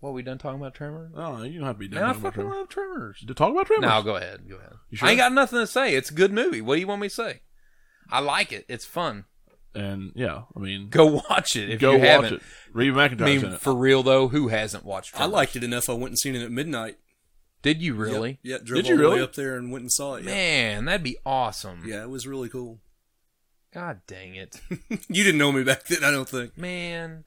Speaker 3: What we done talking about Tremors?
Speaker 1: Oh, you don't have to be done.
Speaker 3: Man, I
Speaker 1: talking about
Speaker 3: fucking
Speaker 1: Tremors.
Speaker 3: love Tremors.
Speaker 1: To talk about Tremors.
Speaker 3: No, go ahead. Go ahead.
Speaker 1: You sure?
Speaker 3: I ain't got nothing to say. It's a good movie. What do you want me to say? I like it. It's fun.
Speaker 1: And yeah, I mean,
Speaker 3: Go watch it if
Speaker 1: go
Speaker 3: you
Speaker 1: watch
Speaker 3: haven't.
Speaker 1: it. Reed
Speaker 3: I
Speaker 1: McIntyre's in
Speaker 3: mean,
Speaker 1: it.
Speaker 3: for real though, who hasn't watched?
Speaker 2: I
Speaker 3: Tremors?
Speaker 2: liked it enough. I went and seen it at midnight.
Speaker 3: Did you really?
Speaker 2: Yeah, drove
Speaker 1: Did you
Speaker 2: all the
Speaker 1: really?
Speaker 2: way up there and went and saw it. Yeah,
Speaker 3: Man, that'd be awesome.
Speaker 2: yeah it was really cool.
Speaker 3: God dang it,
Speaker 2: you didn't know me back then, I don't think.
Speaker 3: man!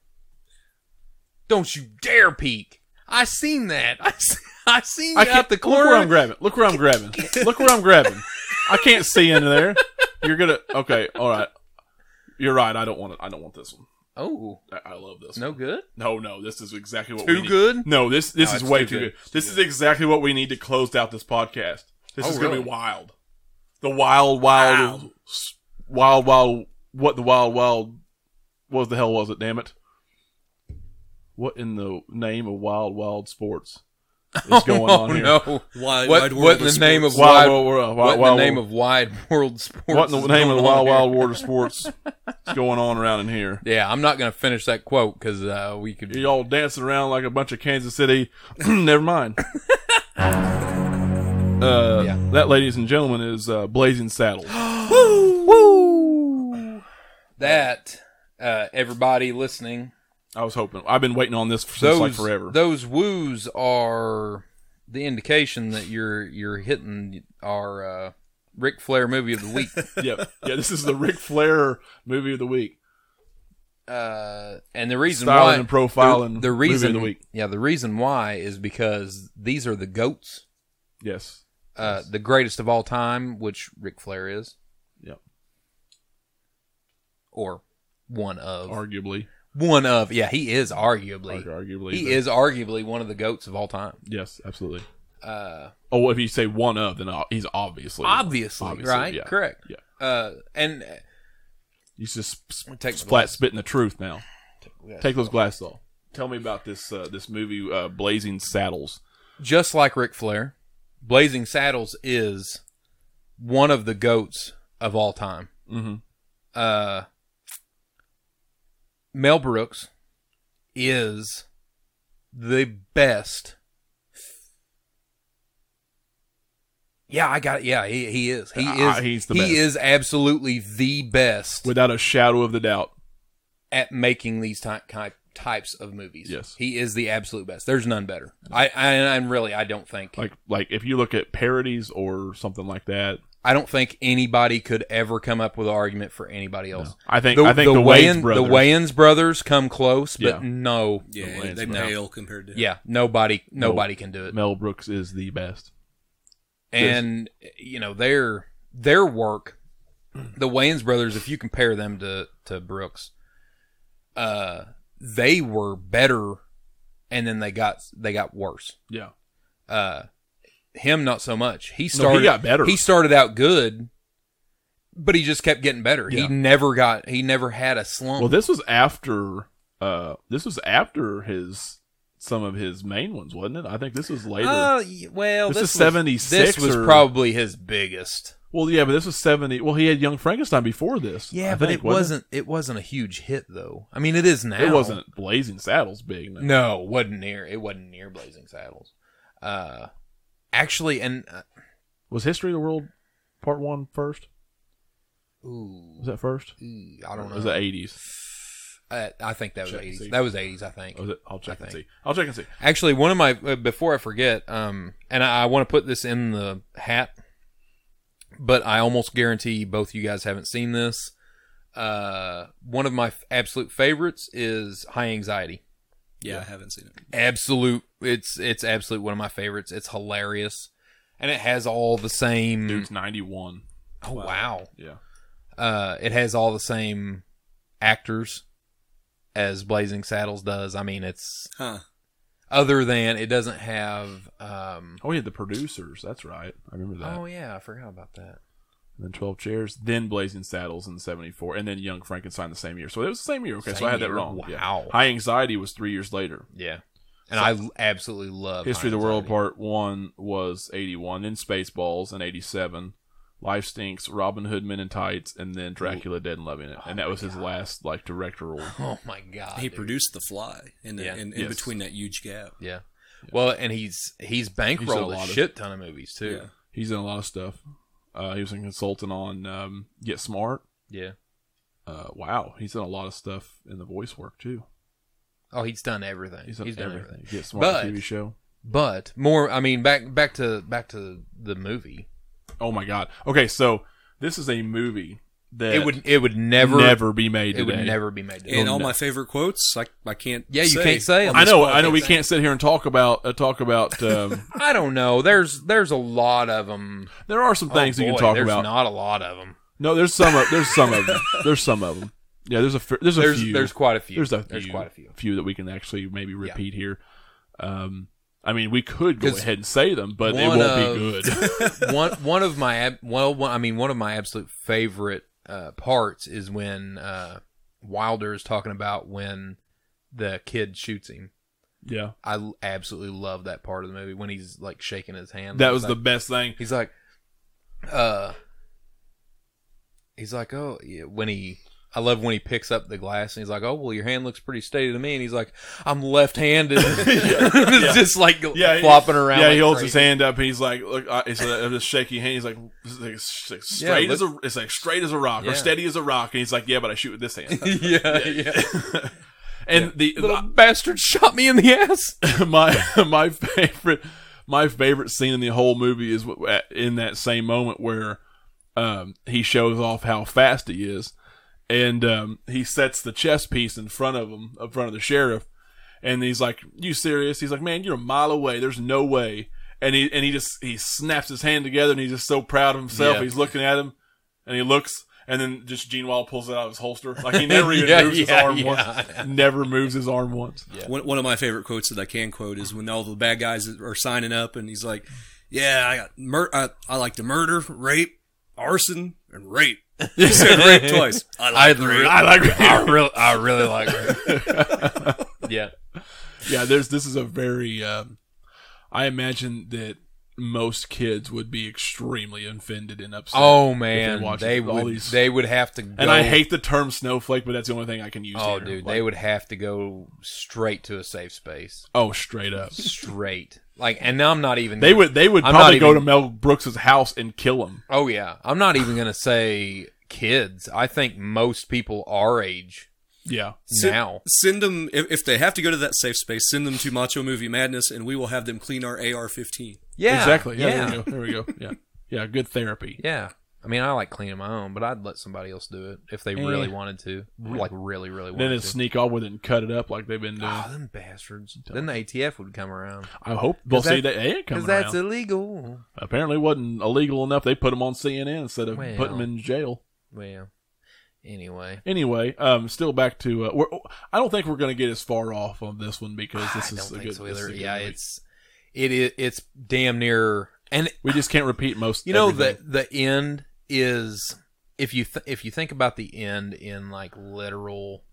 Speaker 3: Don't you dare peek. I seen that. I seen, I seen
Speaker 1: I
Speaker 3: you out
Speaker 1: can't.
Speaker 3: the
Speaker 1: Look where I'm
Speaker 3: corner.
Speaker 1: grabbing. Look where I'm grabbing. Look where I'm grabbing. I can't see in there. You're gonna. Okay. All right. You're right. I don't want it. I don't want this one.
Speaker 3: Oh,
Speaker 1: I, I love this.
Speaker 3: no
Speaker 1: One.
Speaker 3: good.
Speaker 1: No. No. This is exactly what. we
Speaker 3: Too
Speaker 1: need.
Speaker 3: good.
Speaker 1: No. This. This
Speaker 3: No,
Speaker 1: is
Speaker 3: it's
Speaker 1: way
Speaker 3: too
Speaker 1: too
Speaker 3: good.
Speaker 1: good. This is exactly what we need to close out this podcast. This
Speaker 3: Oh,
Speaker 1: is gonna
Speaker 3: really?
Speaker 1: be wild. The wild, wild,
Speaker 2: Wow.
Speaker 1: s- wild, wild. What the wild, wild? What the hell was it? Damn it! What in the name of wild, wild sports is going
Speaker 3: oh
Speaker 1: on here?
Speaker 3: no! What?
Speaker 2: Wide, wide world
Speaker 3: what in
Speaker 2: of
Speaker 3: the name of
Speaker 2: sports.
Speaker 1: Wild,
Speaker 3: wide?
Speaker 1: wild, wild,
Speaker 3: What
Speaker 1: wild,
Speaker 3: in the
Speaker 1: wild,
Speaker 3: name of wide world sports?
Speaker 1: What in
Speaker 3: is
Speaker 1: the name of the
Speaker 3: going
Speaker 1: Wild
Speaker 3: on here?
Speaker 1: Wild War of Sports is going on around in here?
Speaker 3: Yeah, I'm not gonna finish that quote because uh, we could.
Speaker 1: You all dancing around like a bunch of Kansas City. Never mind. Uh,
Speaker 3: Yeah.
Speaker 1: That, ladies and gentlemen, is uh, Blazing Saddles.
Speaker 3: Woo! That uh, everybody listening,
Speaker 1: I was hoping. I've been waiting on this since
Speaker 3: those
Speaker 1: like forever.
Speaker 3: those woos are the indication that you're you're hitting our uh, Ric Flair movie of the week.
Speaker 1: yep. Yeah, this is the Ric Flair movie of the week.
Speaker 3: uh, and the reason
Speaker 1: Styling
Speaker 3: why
Speaker 1: and profiling movie
Speaker 3: the, the
Speaker 1: of
Speaker 3: reason
Speaker 1: the week.
Speaker 3: yeah the reason why is because these are the goats,
Speaker 1: Yes.
Speaker 3: uh,
Speaker 1: Yes.
Speaker 3: the greatest of all time, which Ric Flair is.
Speaker 1: Yep.
Speaker 3: Or one of
Speaker 1: Arguably.
Speaker 3: one of yeah he is arguably
Speaker 1: Arguably.
Speaker 3: he
Speaker 1: but-
Speaker 3: is arguably one of the goats of all time.
Speaker 1: Yes, absolutely.
Speaker 3: Uh,
Speaker 1: Oh, if you say one of, then uh, he's obviously.
Speaker 3: obviously,
Speaker 1: obviously,
Speaker 3: right?
Speaker 1: yeah.
Speaker 3: Correct.
Speaker 1: Yeah.
Speaker 3: Uh, and uh,
Speaker 1: You just sp-
Speaker 3: Take the
Speaker 1: splat
Speaker 3: glass.
Speaker 1: spitting the truth now. Take those glasses off. Tell me about this uh, this movie, uh, Blazing Saddles.
Speaker 3: just like Ric Flair, Blazing Saddles is one of the goats of all time.
Speaker 1: Mm-hmm.
Speaker 3: Uh, Mel Brooks is the best. Yeah, I got it. Yeah, he, he is. He
Speaker 1: Uh,
Speaker 3: is.
Speaker 1: he's the
Speaker 3: he
Speaker 1: best.
Speaker 3: is absolutely the best.
Speaker 1: Without a shadow of the doubt.
Speaker 3: at making these ty- ki- types of movies.
Speaker 1: Yes.
Speaker 3: he is the absolute best. There's none better. I, I and really I don't think
Speaker 1: Like like if you look at parodies or something like that.
Speaker 3: I don't think anybody could ever come up with an argument for anybody else.
Speaker 1: I think I think the,
Speaker 3: Wayans-
Speaker 1: Wayans brothers.
Speaker 3: the Wayans brothers come close, but
Speaker 1: Yeah.
Speaker 3: no,
Speaker 2: Yeah,
Speaker 1: Lance
Speaker 2: they
Speaker 1: Brown.
Speaker 2: pale compared to him.
Speaker 3: yeah, nobody, nobody can do it.
Speaker 1: Mel Brooks is the best.
Speaker 3: and you know their their work the wayans brothers if you compare them to to brooks uh they were better and then they got they got worse
Speaker 1: Yeah.
Speaker 3: uh him not so much he
Speaker 1: No,
Speaker 3: started
Speaker 1: he got better.
Speaker 3: he started out good but he just kept getting better he
Speaker 1: Yeah.
Speaker 3: never got he never had a slump
Speaker 1: well, this was after uh this was after his some of his main ones, wasn't it? I think this was later.
Speaker 3: Uh, y- well,
Speaker 1: This
Speaker 3: this
Speaker 1: is
Speaker 3: was-
Speaker 1: 76
Speaker 3: This was
Speaker 1: or-
Speaker 3: probably his biggest.
Speaker 1: well, yeah, but this was 70. Well, he had Young Frankenstein before this.
Speaker 3: Yeah,
Speaker 1: I
Speaker 3: but
Speaker 1: think,
Speaker 3: it wasn't. It? wasn't a huge hit, though. I mean, it is now.
Speaker 1: It wasn't Blazing Saddles big. No.
Speaker 3: No, wasn't near. It wasn't near Blazing Saddles. Uh, actually, and uh,
Speaker 1: Was History of the World Part One first?
Speaker 3: ooh,
Speaker 1: Was that first?
Speaker 3: ooh, I don't
Speaker 1: Or
Speaker 3: know.
Speaker 1: Was that eighties?
Speaker 3: Uh, I think that was
Speaker 1: Check and
Speaker 3: eighties.
Speaker 1: see.
Speaker 3: That was eighties. I think.
Speaker 1: Was Oh, it? I'll check
Speaker 3: I
Speaker 1: and
Speaker 3: think.
Speaker 1: see. I'll check and see.
Speaker 3: Actually, one of my uh, before I forget, um, and I, I want to put this in the hat, but I almost guarantee both you guys haven't seen this. Uh, one of my f- absolute favorites is High Anxiety.
Speaker 2: Yeah, I haven't seen it.
Speaker 3: Absolute, it's it's absolute one of my favorites. It's hilarious, and it has all the same.
Speaker 1: Dude's ninety one.
Speaker 3: oh wow.
Speaker 1: Yeah.
Speaker 3: Uh, it has all the same actors as Blazing Saddles does. I mean, it's
Speaker 2: Huh.
Speaker 3: other than it doesn't have. Um,
Speaker 1: Oh yeah, the producers. That's right. I remember that.
Speaker 3: oh yeah, I forgot about that.
Speaker 1: and then Twelve Chairs, then Blazing Saddles in '74, and then Young Frankenstein the same year. So it was the same year. Okay, so
Speaker 3: Same
Speaker 1: I had that
Speaker 3: year?
Speaker 1: wrong. Yeah.
Speaker 3: Wow.
Speaker 1: High Anxiety was three years later.
Speaker 3: Yeah. And I l- absolutely love
Speaker 1: History
Speaker 3: High
Speaker 1: of the World
Speaker 3: Anxiety.
Speaker 1: Part One was '81, then Spaceballs in '87, Life Stinks, Robin Hood Men in Tights, and then Dracula Dead and Loving It, and that was his last like directorial.
Speaker 3: Oh my god.
Speaker 2: He
Speaker 3: dude.
Speaker 2: produced The Fly in, the,
Speaker 3: Yeah.
Speaker 2: in, in
Speaker 1: Yes.
Speaker 2: between that huge gap.
Speaker 3: Yeah. Well, and he's he's bankrolled
Speaker 1: lot
Speaker 3: a
Speaker 1: of-
Speaker 3: shit ton of movies too.
Speaker 1: He's in a lot of stuff. Uh, he was a consultant on um, Get Smart.
Speaker 3: Yeah.
Speaker 1: Uh, wow, he's done a lot of stuff in the voice work too.
Speaker 3: Oh, he's done everything.
Speaker 1: He's
Speaker 3: He's
Speaker 1: done
Speaker 3: done,
Speaker 1: everything.
Speaker 3: everything.
Speaker 1: Get Smart
Speaker 3: But-
Speaker 1: TV show.
Speaker 3: But more, I mean, back back to back to the movie.
Speaker 1: Oh my god. Okay, so this is a movie that
Speaker 3: It would it would never
Speaker 1: never, be made.
Speaker 3: it would
Speaker 1: today.
Speaker 3: never be made. Today.
Speaker 2: And all
Speaker 1: no.
Speaker 2: my favorite quotes, I, I can't.
Speaker 3: Yeah, you can't say 'em.
Speaker 2: on
Speaker 1: I
Speaker 2: this
Speaker 1: know. I know.
Speaker 2: podcast.
Speaker 1: We can't sit here and talk about uh, talk about. Um,
Speaker 3: I don't know. There's there's a lot of them.
Speaker 1: there are some things you can talk
Speaker 3: Oh, there's
Speaker 1: about.
Speaker 3: Not a lot of them.
Speaker 1: No, there's some. Of, there's some of them. There's some of them. Yeah, there's a f- there's a
Speaker 3: There's
Speaker 1: few.
Speaker 3: there's quite a few.
Speaker 1: there's a few,
Speaker 3: there's quite a few.
Speaker 1: that we can actually maybe repeat here. Um, I mean, we could go
Speaker 3: 'Cause
Speaker 1: ahead and say them, but it
Speaker 3: one
Speaker 1: won't
Speaker 3: of-
Speaker 1: be good.
Speaker 3: one one of my ab- well, one, I mean, one of my absolute favorite uh, parts is when uh, Wilder is talking about when the kid shoots him.
Speaker 1: yeah,
Speaker 3: I l- absolutely love that part of the movie when he's like shaking his hand.
Speaker 1: that
Speaker 3: He's
Speaker 1: was the
Speaker 3: like-
Speaker 1: best thing.
Speaker 3: He's like, uh, he's like, oh, yeah, when he, I love when he picks up the glass and he's like, oh, well, your hand looks pretty steady to me. And he's like, I'm left handed. it's
Speaker 1: yeah.
Speaker 3: just like
Speaker 1: Yeah,
Speaker 3: flopping around.
Speaker 1: Yeah,
Speaker 3: like
Speaker 1: he holds his
Speaker 3: crazy.
Speaker 1: hand up. And he's like, look, uh, it's a, a shaky hand. He's like, it's like, it's like
Speaker 3: Yeah,
Speaker 1: straight
Speaker 3: look-
Speaker 1: as a, it's like straight as a rock
Speaker 3: Yeah.
Speaker 1: or steady as a rock. And he's like, yeah, but I shoot with this hand.
Speaker 3: yeah, yeah.
Speaker 1: and the,
Speaker 3: Little bastard shot me in the ass.
Speaker 1: my my favorite my favorite scene in the whole movie is wh- at- in that same moment where um, he shows off how fast he is, and um, he sets the chess piece in front of him, in front of the sheriff, and he's like, "You serious?" He's like, "Man, you're a mile away. There's no way." And he and he just he snaps his hand together, and he's just so proud of himself.
Speaker 3: Yeah.
Speaker 1: He's looking at him, and he looks. And then just Gene Wild pulls it out of his holster. Like he never even
Speaker 3: Yeah,
Speaker 1: moves his
Speaker 3: yeah,
Speaker 1: arm
Speaker 3: yeah.
Speaker 1: once. Never moves his arm once.
Speaker 2: One, one of my favorite quotes that I can quote is when all the bad guys are signing up, and he's like, "Yeah, I got mur- I, I like to murder, rape, arson, and rape." He said rape twice. I like rape.
Speaker 1: I like
Speaker 3: I really, I really like her. yeah,
Speaker 1: yeah there's this is a very um, i imagine that most kids would be extremely offended and upset
Speaker 3: Oh
Speaker 1: If
Speaker 3: man,
Speaker 1: they watch
Speaker 3: they
Speaker 1: it, all
Speaker 3: would
Speaker 1: these-
Speaker 3: they would have to go.
Speaker 1: and i hate the term snowflake but that's the only thing i can use
Speaker 3: Oh
Speaker 1: here.
Speaker 3: dude,
Speaker 1: Like,
Speaker 3: they would have to go straight to a safe space.
Speaker 1: oh straight up
Speaker 3: Straight. Like and now I'm not even
Speaker 1: they would they would
Speaker 3: I'm
Speaker 1: probably
Speaker 3: not
Speaker 1: go to
Speaker 3: even-
Speaker 1: mel brooks's house and kill him
Speaker 3: Oh yeah. I'm not even going to say kids. I think most people our age
Speaker 1: yeah
Speaker 2: Send-
Speaker 3: now.
Speaker 2: Send them if, if they have to go to that safe space. Send them to Macho Movie Madness, and we will have them clean our AR-15.
Speaker 3: Yeah.
Speaker 1: exactly yeah, there we go
Speaker 3: Yeah.
Speaker 1: there we go yeah yeah good therapy
Speaker 3: Yeah. I mean, I like cleaning my own, but I'd let somebody else do it if they
Speaker 1: Eh.
Speaker 3: really wanted to. Like really really
Speaker 1: then
Speaker 3: wanted
Speaker 1: they
Speaker 3: to.
Speaker 1: sneak off with it and cut it up like they've been doing
Speaker 3: Oh, them bastards. Then the ATF would come around.
Speaker 1: i hope they'll
Speaker 3: that-
Speaker 1: see that hey, it
Speaker 3: Cuz
Speaker 1: coming
Speaker 3: that's
Speaker 1: around.
Speaker 3: illegal.
Speaker 1: apparently wasn't illegal enough they put him on cnn instead of putting him
Speaker 3: Well.
Speaker 1: in jail
Speaker 3: Well, anyway.
Speaker 1: Anyway, um, still back to uh, we're, I don't think we're going to get as far off on this one because this
Speaker 3: I
Speaker 1: is
Speaker 3: don't
Speaker 1: a
Speaker 3: think
Speaker 1: good.
Speaker 3: so
Speaker 1: this is a
Speaker 3: either.
Speaker 1: good
Speaker 3: Yeah,
Speaker 1: movie.
Speaker 3: it's it is it's damn near and
Speaker 1: we just can't repeat most.
Speaker 3: You know
Speaker 1: everything.
Speaker 3: the the end is if you th- if you think about the end in like literal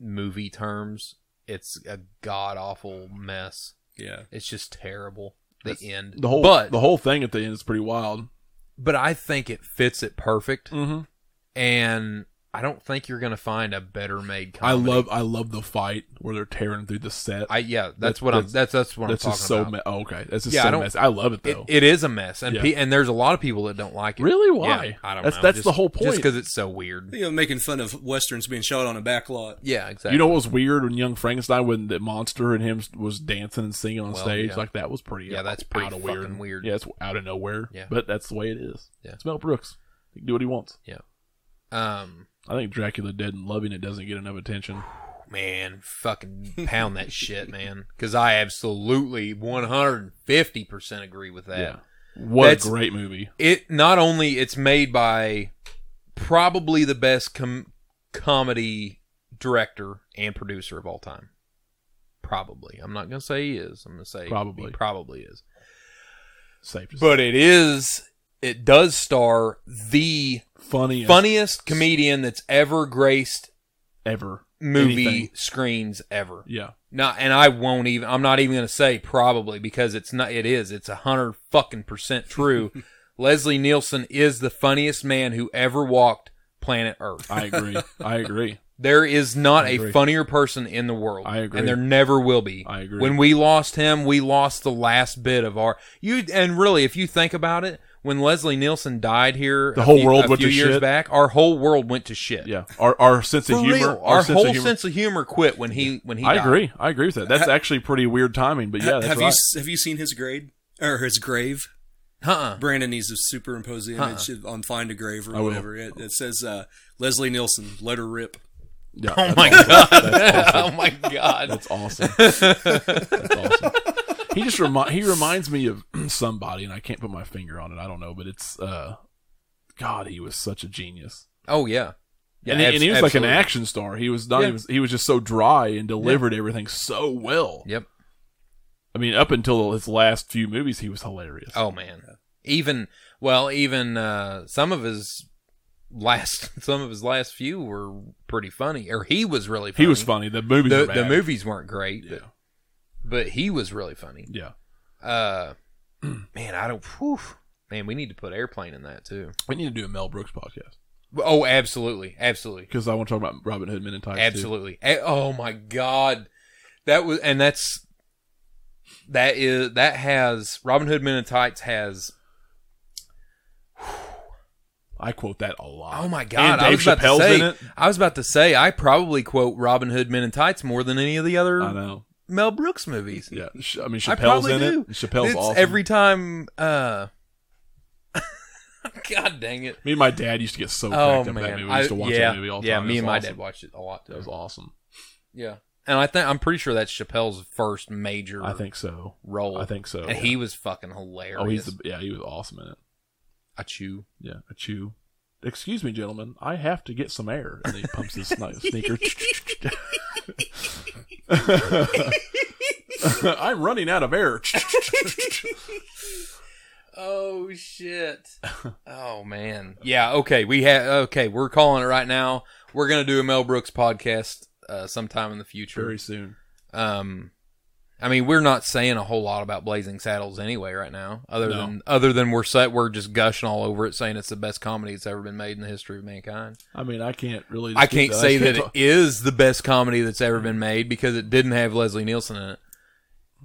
Speaker 3: movie terms, it's a god awful mess.
Speaker 2: Yeah,
Speaker 3: It's just terrible. The
Speaker 1: That's-
Speaker 3: end,
Speaker 1: the whole
Speaker 3: but
Speaker 1: the whole thing at the end is pretty wild.
Speaker 3: but I think it fits it perfect,
Speaker 1: Mm-hmm.
Speaker 3: and I don't think you're gonna find a better made.
Speaker 1: I
Speaker 3: Comedy.
Speaker 1: love I love the fight where they're tearing through the set.
Speaker 3: I yeah, that's
Speaker 1: That-
Speaker 3: what I'm.
Speaker 1: that's-
Speaker 3: That's that's what
Speaker 1: that's
Speaker 3: I'm
Speaker 1: just
Speaker 3: talking
Speaker 1: so
Speaker 3: about.
Speaker 1: me- oh, okay. That's just
Speaker 3: Yeah, I
Speaker 1: so
Speaker 3: don't-
Speaker 1: messy. I love it
Speaker 3: It,
Speaker 1: though.
Speaker 3: it is a mess, and
Speaker 1: Yeah.
Speaker 3: pe- and there's a lot of people that don't like it.
Speaker 1: really?
Speaker 3: Yeah,
Speaker 1: Why?
Speaker 3: I don't
Speaker 1: that's,
Speaker 3: know.
Speaker 1: That's the
Speaker 3: Just-
Speaker 1: whole point.
Speaker 3: Just because it's so weird.
Speaker 2: you know, making fun of westerns being shot on a back lot.
Speaker 3: Yeah, exactly.
Speaker 1: you know what was weird when Young Frankenstein when the monster and him was dancing and singing on
Speaker 3: Well,
Speaker 1: stage
Speaker 3: yeah.
Speaker 1: like that was pretty
Speaker 3: Yeah, that's
Speaker 1: out
Speaker 3: pretty
Speaker 1: of
Speaker 3: fucking weird.
Speaker 1: yeah it's out of nowhere
Speaker 3: Yeah.
Speaker 1: but that's the way it is
Speaker 3: Yeah.
Speaker 1: it's Mel Brooks he can do what he wants
Speaker 3: um.
Speaker 1: I think Dracula Dead and Loving It doesn't get enough attention.
Speaker 3: man, fucking pound that shit, man. Because I absolutely 150% agree with that.
Speaker 1: What
Speaker 3: That's-
Speaker 1: a great movie.
Speaker 3: It not only it's made by probably the best com- comedy director and producer of all time. Probably. I'm not going to say he is. I'm going to say
Speaker 1: Probably.
Speaker 3: he probably is.
Speaker 1: Safe to say.
Speaker 3: But it is it does star the
Speaker 1: Funniest,
Speaker 3: funniest comedian that's ever graced
Speaker 1: ever
Speaker 3: movie
Speaker 1: Anything.
Speaker 3: screens ever.
Speaker 1: Yeah,
Speaker 3: No, and I won't even. I'm not even going to say probably because it's not. It is. It's a hundred fucking percent true. Leslie Nielsen is the funniest man who ever walked planet Earth.
Speaker 1: I agree. I agree.
Speaker 3: There is not
Speaker 1: I
Speaker 3: a
Speaker 1: agree.
Speaker 3: funnier person in the world.
Speaker 1: I agree.
Speaker 3: And there never will be.
Speaker 1: I agree.
Speaker 3: When we lost him, we lost the last bit of our you. And really, if you think about it, when Leslie Nielsen died here,
Speaker 1: The
Speaker 3: a
Speaker 1: whole
Speaker 3: few-
Speaker 1: world
Speaker 3: a
Speaker 1: went
Speaker 3: few
Speaker 1: to
Speaker 3: years
Speaker 1: shit.
Speaker 3: back, our whole world went to shit.
Speaker 1: Yeah, our our sense
Speaker 3: For
Speaker 1: of humor,
Speaker 3: real, our, whole
Speaker 1: of humor.
Speaker 3: sense of humor quit when he when he.
Speaker 1: I
Speaker 3: died.
Speaker 1: agree. I agree with that. That's actually pretty weird timing, but yeah, that's
Speaker 2: have
Speaker 1: right.
Speaker 2: you s- have you seen his grade or his grave?
Speaker 3: Huh.
Speaker 2: Brandon needs to superimpose the image on find a grave or
Speaker 1: I will.
Speaker 2: whatever. It, it says uh, Leslie Nielsen, let her rip.
Speaker 1: Yeah,
Speaker 3: Oh
Speaker 1: that's
Speaker 3: my
Speaker 1: awesome.
Speaker 3: god! oh my god!
Speaker 1: That's awesome. That's awesome. He just remi- he reminds me of somebody, and I can't put my finger on it. I don't know, but it's uh, God, he was such a genius.
Speaker 3: Oh yeah, yeah.
Speaker 1: and, he,
Speaker 3: abs-
Speaker 1: and he was
Speaker 3: absolutely.
Speaker 1: like an action star. He was not
Speaker 3: Yeah.
Speaker 1: even. He was just so dry and delivered everything so well.
Speaker 3: Yep.
Speaker 1: I mean, up until his last few movies, he was hilarious.
Speaker 3: Oh man. Even well, even uh, some of his last some of his last few were pretty funny, or he was really funny.
Speaker 1: he was funny. The movies,
Speaker 3: The,
Speaker 1: were
Speaker 3: the
Speaker 1: bad.
Speaker 3: movies weren't great,
Speaker 1: Yeah,
Speaker 3: but he was really funny.
Speaker 1: yeah.
Speaker 3: Uh, man, I don't. Whew, man, we need to put airplane in that too.
Speaker 1: We need to do a Mel Brooks podcast
Speaker 3: Oh, absolutely, absolutely.
Speaker 1: because I want to talk about Robin Hood Men in Tights. too.
Speaker 3: Absolutely. A- Oh my god. That was and that's that is that has Robin Hood Men in Tights has
Speaker 1: I quote that a lot.
Speaker 3: oh my god
Speaker 1: And Dave
Speaker 3: I was about
Speaker 1: Chappelle's
Speaker 3: to say
Speaker 1: in it.
Speaker 3: I was about to say I probably quote Robin Hood Men in Tights more than any of the
Speaker 1: I
Speaker 3: other
Speaker 1: know.
Speaker 3: Mel Brooks movies.
Speaker 1: Yeah, Ch- I mean
Speaker 3: I
Speaker 1: Chappelle's
Speaker 3: probably
Speaker 1: in
Speaker 3: do.
Speaker 1: it. Chappelle's
Speaker 3: it's
Speaker 1: awesome.
Speaker 3: every time uh God dang it.
Speaker 1: Me and my dad used to get so
Speaker 3: Oh
Speaker 1: cracked up at that
Speaker 3: man.
Speaker 1: movie. We used to
Speaker 3: I-
Speaker 1: watch
Speaker 3: yeah,
Speaker 1: that movie all the
Speaker 3: yeah,
Speaker 1: time.
Speaker 3: me
Speaker 1: It
Speaker 3: and
Speaker 1: was
Speaker 3: my
Speaker 1: awesome.
Speaker 3: dad watched it a lot.
Speaker 1: That was awesome.
Speaker 3: Yeah. And I think I'm pretty sure that's Chappelle's first major
Speaker 1: I think so.
Speaker 3: role.
Speaker 1: I think so.
Speaker 3: And he was fucking hilarious.
Speaker 1: Oh, he's the, yeah, he was awesome in it.
Speaker 3: a chew.
Speaker 1: Yeah, a chew. Excuse me, gentlemen. I have to get some air. And he pumps his sni- sneaker. I'm running out of air.
Speaker 3: Oh shit. oh man. Yeah, okay. We have okay, we're calling it right now. We're going to do a Mel Brooks podcast uh sometime in the future.
Speaker 1: Very soon.
Speaker 3: Um I mean, we're not saying a whole lot about Blazing Saddles anyway right now, other
Speaker 1: No.
Speaker 3: than other than we're set we're just gushing all over it saying it's the best comedy that's ever been made in the history of mankind.
Speaker 1: I mean, I can't really.
Speaker 3: I can't say that it
Speaker 1: talk-
Speaker 3: is the best comedy that's ever been made because it didn't have Leslie Nielsen in it.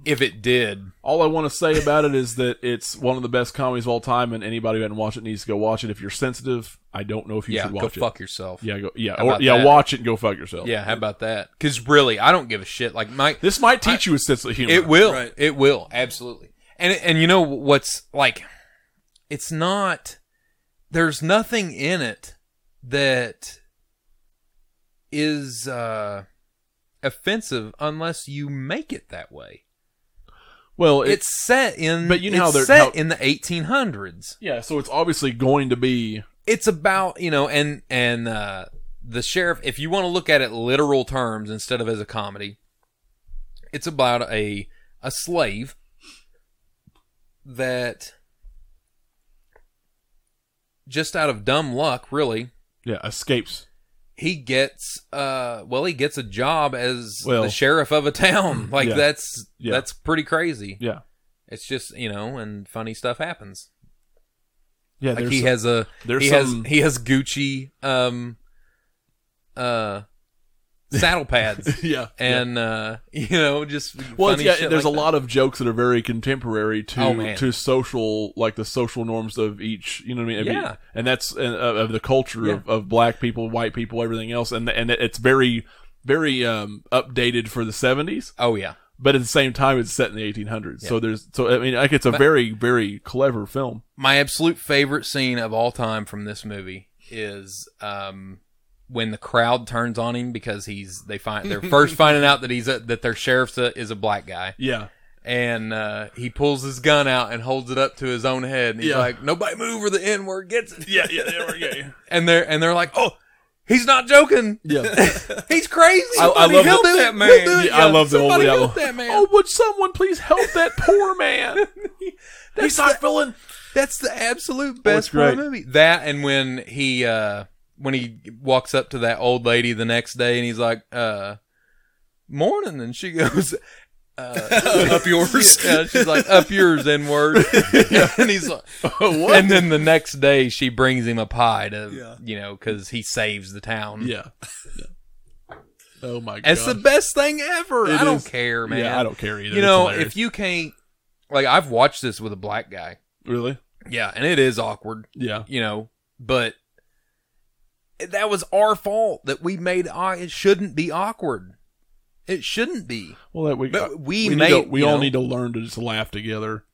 Speaker 3: If it did,
Speaker 1: All I want to say about it is that it's one of the best comedies of all time, and anybody who hadn't watched it needs to go watch it. If you're sensitive, I don't know if you
Speaker 3: yeah,
Speaker 1: should
Speaker 3: go
Speaker 1: watch it.
Speaker 3: fuck yourself.
Speaker 1: Yeah, go, yeah,
Speaker 3: How
Speaker 1: or,
Speaker 3: about
Speaker 1: yeah.
Speaker 3: that?
Speaker 1: Watch Oh, it and go fuck yourself.
Speaker 3: Yeah, how about that? Because really, I don't give a shit. Like my,
Speaker 1: this might teach you a sense of humor.
Speaker 3: it will,
Speaker 2: Right.
Speaker 3: it will, absolutely. And and you know what's like, it's not. There's nothing in it that is uh, offensive unless you make it that way.
Speaker 1: Well, it-
Speaker 3: It's set in,
Speaker 1: But you know how
Speaker 3: it's
Speaker 1: they're-
Speaker 3: set
Speaker 1: how-
Speaker 3: in the 1800s.
Speaker 1: yeah. So it's obviously going to be
Speaker 3: it's about you know and and uh the sheriff if you want to look at it literal terms instead of as a comedy it's about a a slave that just out of dumb luck really
Speaker 1: yeah escapes.
Speaker 3: he gets uh well he gets a job as
Speaker 1: Well-
Speaker 3: the sheriff of a town like
Speaker 1: Yeah.
Speaker 3: that's
Speaker 1: Yeah.
Speaker 3: that's pretty crazy
Speaker 1: Yeah,
Speaker 3: it's just you know and funny stuff happens
Speaker 1: yeah.
Speaker 3: like
Speaker 1: there's
Speaker 3: he
Speaker 1: some-
Speaker 3: has a
Speaker 1: there's
Speaker 3: he
Speaker 1: some-
Speaker 3: has he has Gucci um uh saddle pads
Speaker 1: yeah, yeah.
Speaker 3: and uh you know just
Speaker 1: Well, it's-
Speaker 3: funny
Speaker 1: yeah,
Speaker 3: shit
Speaker 1: there's
Speaker 3: like
Speaker 1: a
Speaker 3: that.
Speaker 1: lot of jokes that are very contemporary to
Speaker 3: Oh, man.
Speaker 1: to social like the social norms of each. You know what I mean? Of each-
Speaker 3: Yeah.
Speaker 1: and that's uh, of the culture of, of black people, white people, everything else, and and it's very very um, updated for the 70s.
Speaker 3: Oh yeah.
Speaker 1: but at the same time it's set in the 1800s so there's so i mean like it's a
Speaker 3: But-
Speaker 1: very very clever film
Speaker 3: My absolute favorite scene of all time from this movie is um when the crowd turns on him because he's they find they're first finding out that he's a, that their sheriff's a, is a black guy
Speaker 1: yeah
Speaker 3: and uh, he pulls his gun out and holds it up to his own head and he's
Speaker 1: Yeah.
Speaker 3: like nobody move or the n word gets it
Speaker 1: yeah yeah yeah
Speaker 3: and they're and they're like oh he's not joking
Speaker 1: yeah,
Speaker 3: He's crazy.
Speaker 1: I- I
Speaker 3: Somebody
Speaker 1: love
Speaker 3: help
Speaker 1: the-
Speaker 3: it.
Speaker 2: that
Speaker 3: He'll
Speaker 2: man.
Speaker 3: do it.
Speaker 1: Yeah, I love the whole-
Speaker 3: somebody
Speaker 1: yeah, I
Speaker 3: help
Speaker 1: love-
Speaker 3: that man.
Speaker 1: oh would someone please help that poor man he's not feeling
Speaker 3: That's the absolute best
Speaker 1: it's
Speaker 3: part of the
Speaker 1: great.
Speaker 3: movie. Oh, That and when he uh when he walks up to that old lady the next day and he's like, uh morning and she goes uh,
Speaker 2: Up yours.
Speaker 3: Yeah, she's like, up yours, N word. and he's like,
Speaker 1: Oh, what?
Speaker 3: and then the next day she brings him a pie to,
Speaker 2: Yeah.
Speaker 3: you know, because he saves the town.
Speaker 1: yeah. Oh my god.
Speaker 3: It's the best thing ever.
Speaker 1: It
Speaker 3: I don't
Speaker 1: is.
Speaker 3: care, man.
Speaker 1: Yeah, I don't care either.
Speaker 3: You
Speaker 1: It's
Speaker 3: know,
Speaker 1: hilarious.
Speaker 3: if you can't, like, I've watched this with a black guy.
Speaker 1: really,
Speaker 3: Yeah, and it is awkward,
Speaker 1: yeah,
Speaker 3: you know, but that was our fault that we made aw- it shouldn't be awkward. It shouldn't be.
Speaker 1: well, that we uh,
Speaker 3: But we,
Speaker 1: we, need
Speaker 3: made
Speaker 1: to- we
Speaker 3: you
Speaker 1: all
Speaker 3: know,
Speaker 1: need to learn to just laugh together,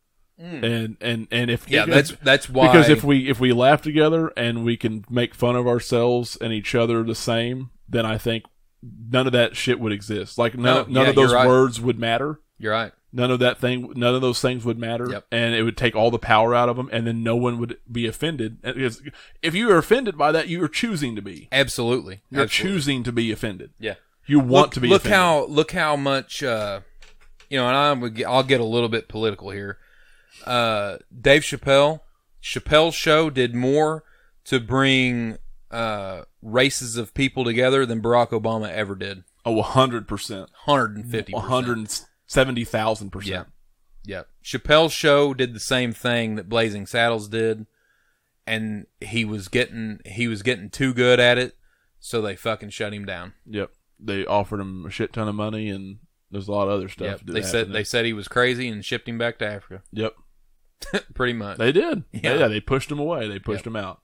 Speaker 3: Mm.
Speaker 1: and and and if
Speaker 3: Yeah,
Speaker 1: if-
Speaker 3: that's that's why
Speaker 1: because if we if we laugh together and we can make fun of ourselves and each other the same, then I think none of that shit would exist. Like none
Speaker 3: No,
Speaker 1: of- none
Speaker 3: yeah,
Speaker 1: of those
Speaker 3: you're right.
Speaker 1: words would matter.
Speaker 3: you're right.
Speaker 1: None of that thing, none of those things would matter,
Speaker 3: Yep.
Speaker 1: and it would take all the power out of them, and then no one would be offended. And Because if you are offended by that, you are choosing to be.
Speaker 3: Absolutely.
Speaker 1: You're
Speaker 3: Absolutely.
Speaker 1: choosing to be offended.
Speaker 3: Yeah.
Speaker 1: You want
Speaker 3: look,
Speaker 1: to be.
Speaker 3: look
Speaker 1: offended.
Speaker 3: how look how much uh you know and i would get, i'll get a little bit political here uh dave chappelle chappelle's show did more to bring uh races of people together than barack obama ever did
Speaker 1: oh, hundred percent,
Speaker 3: 150
Speaker 1: one hundred seventy thousand
Speaker 3: yeah
Speaker 1: percent.
Speaker 3: yeah chappelle's show did the same thing that blazing saddles did and he was getting he was getting too good at it so they fucking shut him down
Speaker 1: Yep. They offered him a shit ton of money, and there's a lot of other stuff.
Speaker 3: yep.
Speaker 1: that
Speaker 3: they said
Speaker 1: happened
Speaker 3: they said he was crazy and shipped him back to africa
Speaker 1: there. Yep.
Speaker 3: pretty much
Speaker 1: They did.
Speaker 3: Yeah.
Speaker 1: Yeah. yeah, they pushed him away. They pushed him out.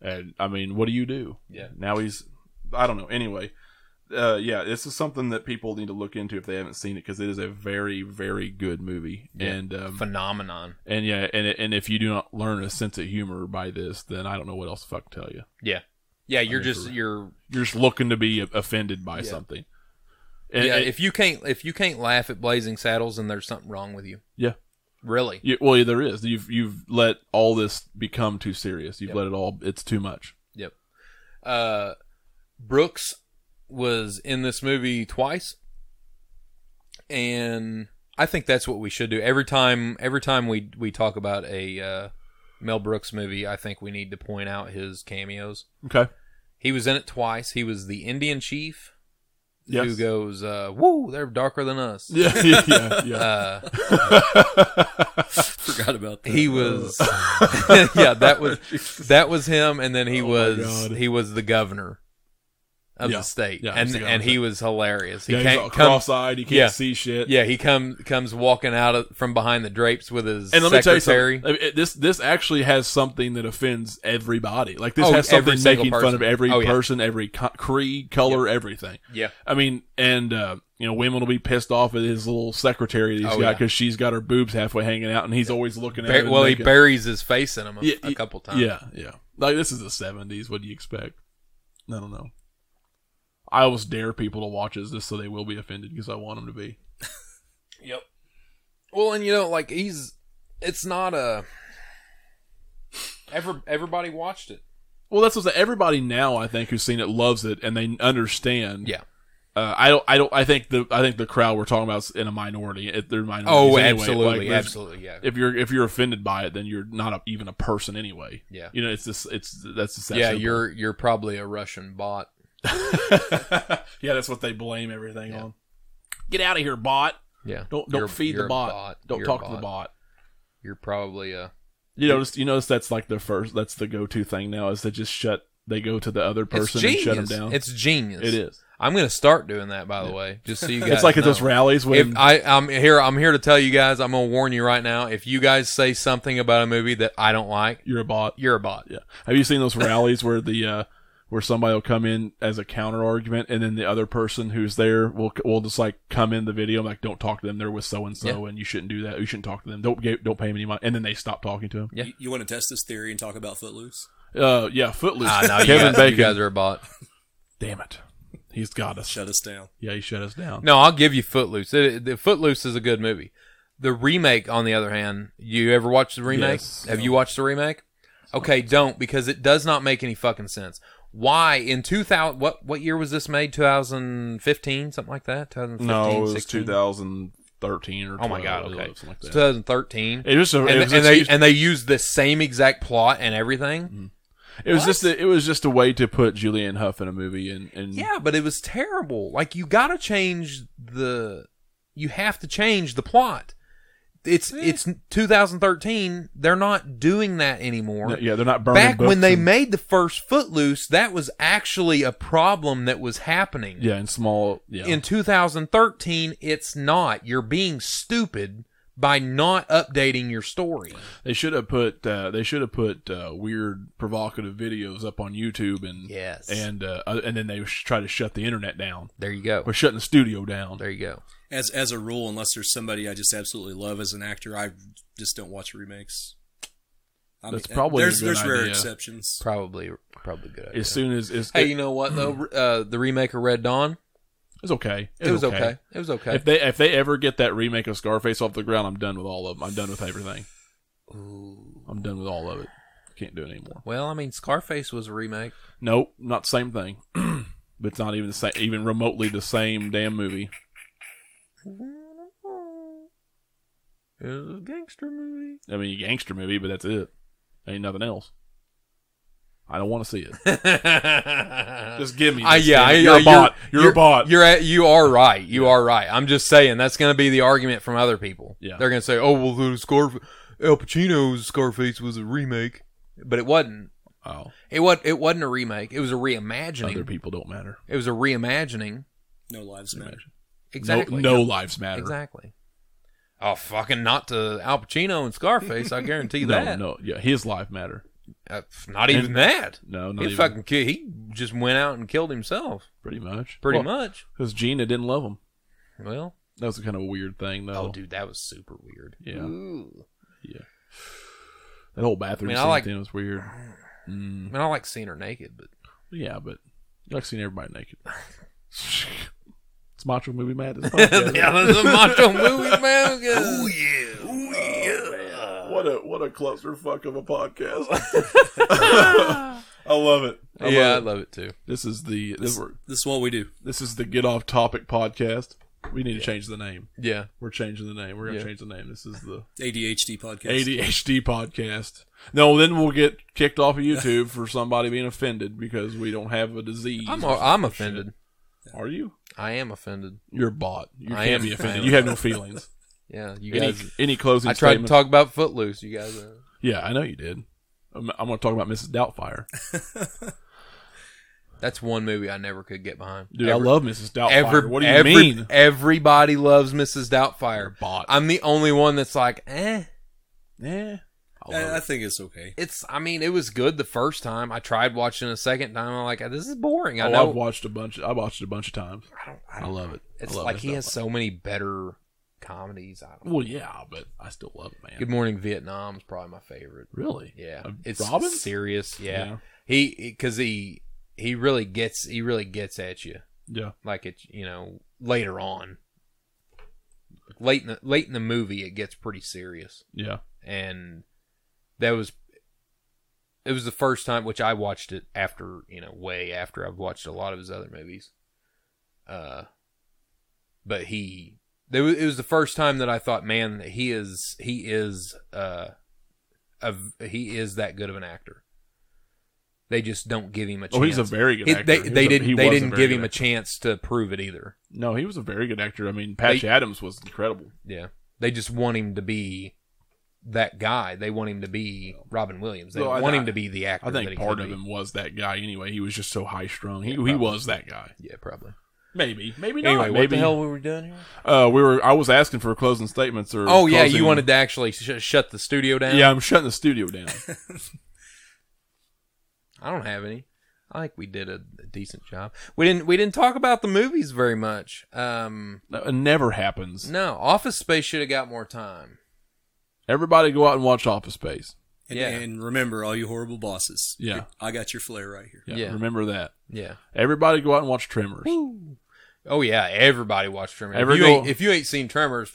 Speaker 1: And I mean, what do you do?
Speaker 3: Yeah.
Speaker 1: Now he's I don't know. Anyway, uh yeah, this is something that people need to look into if they haven't seen it cuz it is a very very good movie.
Speaker 3: Yeah.
Speaker 1: And um
Speaker 3: phenomenon.
Speaker 1: and yeah, and and if you do not learn a sense of humor by this, then I don't know what else to fuck tell you.
Speaker 3: Yeah, you're
Speaker 1: mean,
Speaker 3: just
Speaker 1: for-
Speaker 3: you're
Speaker 1: You're just looking to be offended by
Speaker 3: Yeah.
Speaker 1: something. And,
Speaker 3: yeah.
Speaker 1: and-
Speaker 3: if you can't if you can't laugh at Blazing Saddles, then there's something wrong with you.
Speaker 1: Yeah.
Speaker 3: really.
Speaker 1: Yeah, well, yeah, there is. You've you've let all this become too serious. You've
Speaker 3: Yep.
Speaker 1: let it all. It's too much.
Speaker 3: Uh, Brooks was in this movie twice, and I think that's what we should do every time. Every time we we talk about a uh, Mel Brooks movie, I think we need to point out his cameos.
Speaker 1: Okay.
Speaker 3: He was in it twice. He was the Indian chief
Speaker 1: Yes.
Speaker 3: who goes, uh, "Woo, they're darker than us."
Speaker 1: Yeah. Yeah. Yeah.
Speaker 3: Uh,
Speaker 2: Forgot about that.
Speaker 3: he
Speaker 1: Oh.
Speaker 3: was yeah that was that was him and then he
Speaker 1: Oh my
Speaker 3: was
Speaker 1: God.
Speaker 3: he was the governor of
Speaker 1: Yeah.
Speaker 3: the state
Speaker 1: Yeah,
Speaker 3: and
Speaker 1: he's the
Speaker 3: and he
Speaker 1: governor.
Speaker 3: was hilarious he
Speaker 1: yeah, he's
Speaker 3: can't
Speaker 1: all
Speaker 3: come
Speaker 1: cross-eyed. He can't
Speaker 3: yeah.
Speaker 1: see shit.
Speaker 3: yeah he come comes walking out of, from behind the drapes with his
Speaker 1: And let me tell you
Speaker 3: secretary
Speaker 1: something. I mean, it- This this actually has something that offends everybody. Like this
Speaker 3: Oh,
Speaker 1: has something
Speaker 3: every single
Speaker 1: making fun
Speaker 3: person.
Speaker 1: of every
Speaker 3: Oh, yeah.
Speaker 1: person, every co- creed, color, everything.
Speaker 3: yeah
Speaker 1: I mean, and uh, you know, women will be pissed off at his little secretary that he's
Speaker 3: Oh,
Speaker 1: got
Speaker 3: yeah.
Speaker 1: because she's got her boobs halfway hanging out, and he's always looking at. her
Speaker 3: Bur-
Speaker 1: and
Speaker 3: well he
Speaker 1: making-
Speaker 3: buries his face in him a,
Speaker 1: Yeah,
Speaker 3: a
Speaker 1: y-
Speaker 3: couple times
Speaker 1: Yeah, yeah. Like this is the seventies. What do you expect? I don't know. I always dare people to watch this just so they will be offended because I want them to be.
Speaker 3: Yep. Well, and you know, like he's, it's not a. Ever everybody watched it.
Speaker 1: Well, that's what I'm saying. everybody now I think who's seen it loves it and they understand.
Speaker 3: Yeah.
Speaker 1: Uh, I don't. I don't. I think the. I think the crowd we're talking about is in a minority. It, they're minorities. anyway. Like, there's-
Speaker 3: Oh, absolutely, yeah,
Speaker 1: If you're if you're offended by it, then you're not a, even a person anyway.
Speaker 3: yeah,
Speaker 1: You know, it's just it's that's just that
Speaker 3: yeah.
Speaker 1: simple.
Speaker 3: You're you're probably a Russian bot.
Speaker 1: yeah, that's what they blame everything on. Get out of here, bot.
Speaker 3: Yeah.
Speaker 1: Don't don't
Speaker 3: You're-
Speaker 1: feed
Speaker 3: you're
Speaker 1: the
Speaker 3: a
Speaker 1: bot. Don't
Speaker 3: You're a
Speaker 1: talk to the bot.
Speaker 3: You're probably a
Speaker 1: You notice you notice that's like the first that's the go to thing now is they just shut they go to the other person and
Speaker 3: it's
Speaker 1: shut them
Speaker 3: genius.
Speaker 1: down.
Speaker 3: It's genius.
Speaker 1: It is.
Speaker 3: I'm gonna start doing that by the way, just so you guys.
Speaker 1: It's like
Speaker 3: know.
Speaker 1: at those rallies when
Speaker 3: If I, I'm here, I'm here to tell you guys. I'm gonna warn you right now. If you guys say something about a movie that I don't like,
Speaker 1: you're a bot.
Speaker 3: you're a bot.
Speaker 1: Yeah. Have you seen those rallies where the uh where somebody will come in as a counter argument, and then the other person who's there will will just like come in the video, like don't talk to them. They're with so and so, and you shouldn't do that. You shouldn't talk to them. Don't ga- don't pay them any money. And then they stop talking to him.
Speaker 3: Yeah.
Speaker 2: You, you want to test this theory and talk about Footloose?
Speaker 1: Uh, yeah, Footloose.
Speaker 3: Ah, no, you
Speaker 1: Kevin
Speaker 3: guys,
Speaker 1: Bacon.
Speaker 3: you guys are a bot.
Speaker 1: Damn it, he's got us.
Speaker 2: Shut us down.
Speaker 1: Yeah, he shut us down.
Speaker 3: No, I'll give you Footloose. It, the Footloose is a good movie. The remake, on the other hand, you ever watched the remake?
Speaker 1: Yes.
Speaker 3: Have you watched the remake? Okay, don't because it does not make any fucking sense. Why in two thousand? What what year was this made? Two thousand fifteen, something like that. 2015, 16?
Speaker 1: 2000. thirteen or
Speaker 3: Oh my
Speaker 1: 12,
Speaker 3: god!
Speaker 1: I
Speaker 3: Okay,
Speaker 1: believe, something like that.
Speaker 3: 2013.
Speaker 1: it was, a,
Speaker 3: and,
Speaker 1: it was
Speaker 3: and
Speaker 1: just
Speaker 3: they
Speaker 1: used-
Speaker 3: and they used the same exact plot and everything.
Speaker 1: it was
Speaker 3: What?
Speaker 1: just a, it was just a way to put Julianne Hough in a movie and, and
Speaker 3: Yeah, but it was terrible. Like you got to change the you have to change the plot. It's
Speaker 1: Eh.
Speaker 3: it's 2013. They're not doing that anymore.
Speaker 1: yeah they're not burning
Speaker 3: Back when
Speaker 1: books
Speaker 3: they
Speaker 1: and-
Speaker 3: made the first Footloose, that was actually a problem that was happening.
Speaker 1: yeah in small yeah
Speaker 3: In 2013, it's not. You're being stupid by not updating your story.
Speaker 1: They should have put uh, they should have put uh, weird provocative videos up on YouTube and
Speaker 3: Yes.
Speaker 1: and uh, and then they sh- try to shut the internet down.
Speaker 3: There you go.
Speaker 1: We're shutting the studio down.
Speaker 3: There you go.
Speaker 2: As as a rule, unless there's somebody I just absolutely love as an actor, I just don't watch remakes. I
Speaker 1: That's probably a
Speaker 2: there's
Speaker 1: good
Speaker 2: there's rare
Speaker 1: idea.
Speaker 2: exceptions.
Speaker 3: Probably probably a good idea.
Speaker 1: As soon as it's,
Speaker 3: hey, you know what though? Uh, the remake of Red Dawn,
Speaker 1: it's okay.
Speaker 3: it was okay. It was okay.
Speaker 1: If they if they ever get that remake of Scarface off the ground, I'm done with all of them. I'm done with everything. I'm done with all of it. Can't do it anymore.
Speaker 3: Well, I mean, Scarface was a remake.
Speaker 1: Nope, not the same thing. but it's not even the same, even remotely the same damn movie.
Speaker 3: It was a gangster movie.
Speaker 1: I mean, a gangster movie, but that's it. Ain't nothing else. I don't want to see it.
Speaker 3: Uh,
Speaker 1: Just give me.
Speaker 3: I,
Speaker 1: this,
Speaker 3: yeah,
Speaker 1: damn
Speaker 3: I,
Speaker 1: it. you're
Speaker 3: I-
Speaker 1: a bot. You're, a bot.
Speaker 3: You're at, you are right. You are right. I'm just saying that's going to be the argument from other people.
Speaker 1: Yeah.
Speaker 3: they're going to say, "Oh, well, the Scarf- El Pacino's Scarface was a remake," but it wasn't.
Speaker 1: oh,
Speaker 3: It was. It wasn't a remake. It was a reimagining.
Speaker 1: other people don't matter.
Speaker 3: It was a reimagining.
Speaker 2: No lives matter.
Speaker 3: Exactly.
Speaker 1: No, no lives matter.
Speaker 3: Exactly. Oh, fucking not to Al Pacino and Scarface. I guarantee
Speaker 1: No,
Speaker 3: that.
Speaker 1: no, yeah, his life matter.
Speaker 3: Uh, not even that.
Speaker 1: No, not
Speaker 3: He
Speaker 1: even,
Speaker 3: fucking ki- he just went out and killed himself,
Speaker 1: pretty much.
Speaker 3: pretty much.
Speaker 1: because Gina didn't love him.
Speaker 3: Well,
Speaker 1: That was kind of a weird thing, though.
Speaker 3: oh, dude, that was super weird.
Speaker 1: Yeah.
Speaker 3: Ooh.
Speaker 1: That whole bathroom
Speaker 3: I mean, I
Speaker 1: scene
Speaker 3: like-
Speaker 1: thing was weird. Mm,
Speaker 3: I mean, I like seeing her naked, but
Speaker 1: yeah, but you like seeing everybody naked. it's macho movie mad. It's podcast.
Speaker 3: Oh, yeah, that's a macho movie, man.
Speaker 2: Oh yeah. Ooh,
Speaker 1: What a what a clusterfuck of a podcast. I love it. I
Speaker 3: yeah, I
Speaker 1: love it.
Speaker 3: love it too.
Speaker 1: this is the this, we're-
Speaker 2: This is what we do.
Speaker 1: this is the get off topic podcast. We need to change the name.
Speaker 3: Yeah,
Speaker 1: We're changing the name. We're gonna
Speaker 3: Yeah.
Speaker 1: change the name. This is the
Speaker 2: ADHD podcast.
Speaker 1: ADHD podcast. No, then we'll get kicked off of YouTube for somebody being offended because we don't have a disease.
Speaker 3: I'm I'm offended.
Speaker 1: Are you?
Speaker 3: I am offended.
Speaker 1: You're a bot. You
Speaker 3: I
Speaker 1: can't
Speaker 3: am.
Speaker 1: be offended. You have no feelings.
Speaker 3: Yeah, you
Speaker 1: any,
Speaker 3: guys.
Speaker 1: any closing
Speaker 3: I tried to
Speaker 1: statement?
Speaker 3: talk about Footloose. You guys. Uh,
Speaker 1: yeah, I know you did. I'm, I'm going to talk about Mrs. Doubtfire.
Speaker 3: That's one movie I never could get behind.
Speaker 1: Dude, I
Speaker 3: Ever.
Speaker 1: love Mrs. Doubtfire.
Speaker 3: Every,
Speaker 1: what do you
Speaker 3: every-
Speaker 1: mean?
Speaker 3: Everybody loves Mrs. Doubtfire.
Speaker 1: Bot.
Speaker 3: I'm the only one that's like, eh.
Speaker 1: Eh. I love
Speaker 2: I, I
Speaker 1: it.
Speaker 2: think it's okay.
Speaker 3: It's. I mean, it was good the first time. I tried watching a second time. I'm like, this is boring. I
Speaker 1: Oh,
Speaker 3: know.
Speaker 1: I've watched a bunch. I watched it a bunch of times.
Speaker 3: I don't. I
Speaker 1: I
Speaker 3: don't.
Speaker 1: love it. I
Speaker 3: It's
Speaker 1: love
Speaker 3: like
Speaker 1: Mrs.
Speaker 3: he has
Speaker 1: Doubtfire.
Speaker 3: so many better comedies. I don't.
Speaker 1: Well, yeah, but I still love it, man.
Speaker 3: Good Morning Vietnam's probably my favorite.
Speaker 1: Really?
Speaker 3: Yeah,
Speaker 1: Uh,
Speaker 3: it's
Speaker 1: Robin?
Speaker 3: serious. Yeah,
Speaker 1: Yeah.
Speaker 3: he because he he really gets he really gets at you.
Speaker 1: Yeah.
Speaker 3: like it you know later on late in the, late in the movie it gets pretty serious
Speaker 1: Yeah.
Speaker 3: and that was it was the first time which I watched it after you know way after I've watched a lot of his other movies uh but he there was, it was the first time that I thought man he is he is uh a, he is that good of an actor they just don't give him a chance
Speaker 1: Oh, he's a very good
Speaker 3: He-
Speaker 1: actor.
Speaker 3: they,
Speaker 1: He
Speaker 3: they
Speaker 1: was a-
Speaker 3: didn't
Speaker 1: he
Speaker 3: they
Speaker 1: was a
Speaker 3: didn't
Speaker 1: very
Speaker 3: give
Speaker 1: good
Speaker 3: him a
Speaker 1: actor.
Speaker 3: chance to prove it either
Speaker 1: No, he was a very good actor. I mean, Patch
Speaker 3: They-
Speaker 1: Adams was incredible.
Speaker 3: Yeah. They just want him to be that guy. They want him to be Robin Williams. They
Speaker 1: Well, I-
Speaker 3: want
Speaker 1: I-
Speaker 3: him to be the actor.
Speaker 1: I
Speaker 3: that he
Speaker 1: think part
Speaker 3: could
Speaker 1: of
Speaker 3: be.
Speaker 1: him was that guy anyway. He was just so high strung. He,
Speaker 3: Yeah,
Speaker 1: he
Speaker 3: probably.
Speaker 1: was that guy.
Speaker 3: Yeah, probably.
Speaker 1: Maybe, maybe not.
Speaker 3: Anyway,
Speaker 1: maybe.
Speaker 3: what the hell were we doing here?
Speaker 1: Uh, we were. I was asking for closing statements or.
Speaker 3: Oh yeah, you
Speaker 1: closing-
Speaker 3: wanted to actually sh- shut the studio down.
Speaker 1: Yeah, I'm shutting the studio down.
Speaker 3: I don't have any. I think we did a, a decent job. We didn't. We didn't talk about the movies very much. Um,
Speaker 1: No, it uh, never happens.
Speaker 3: no, Office Space should have got more time.
Speaker 1: Everybody go out and watch Office Space.
Speaker 2: And,
Speaker 3: Yeah.
Speaker 2: and remember, all you horrible bosses.
Speaker 1: Yeah.
Speaker 2: I got your flair right here.
Speaker 1: Yeah,
Speaker 3: Yeah.
Speaker 1: remember that.
Speaker 3: Yeah.
Speaker 1: Everybody go out and watch Tremors.
Speaker 3: Oh yeah, everybody watched Tremors.
Speaker 1: Every
Speaker 3: if, you
Speaker 1: go-
Speaker 3: ain't, if you ain't seen Tremors,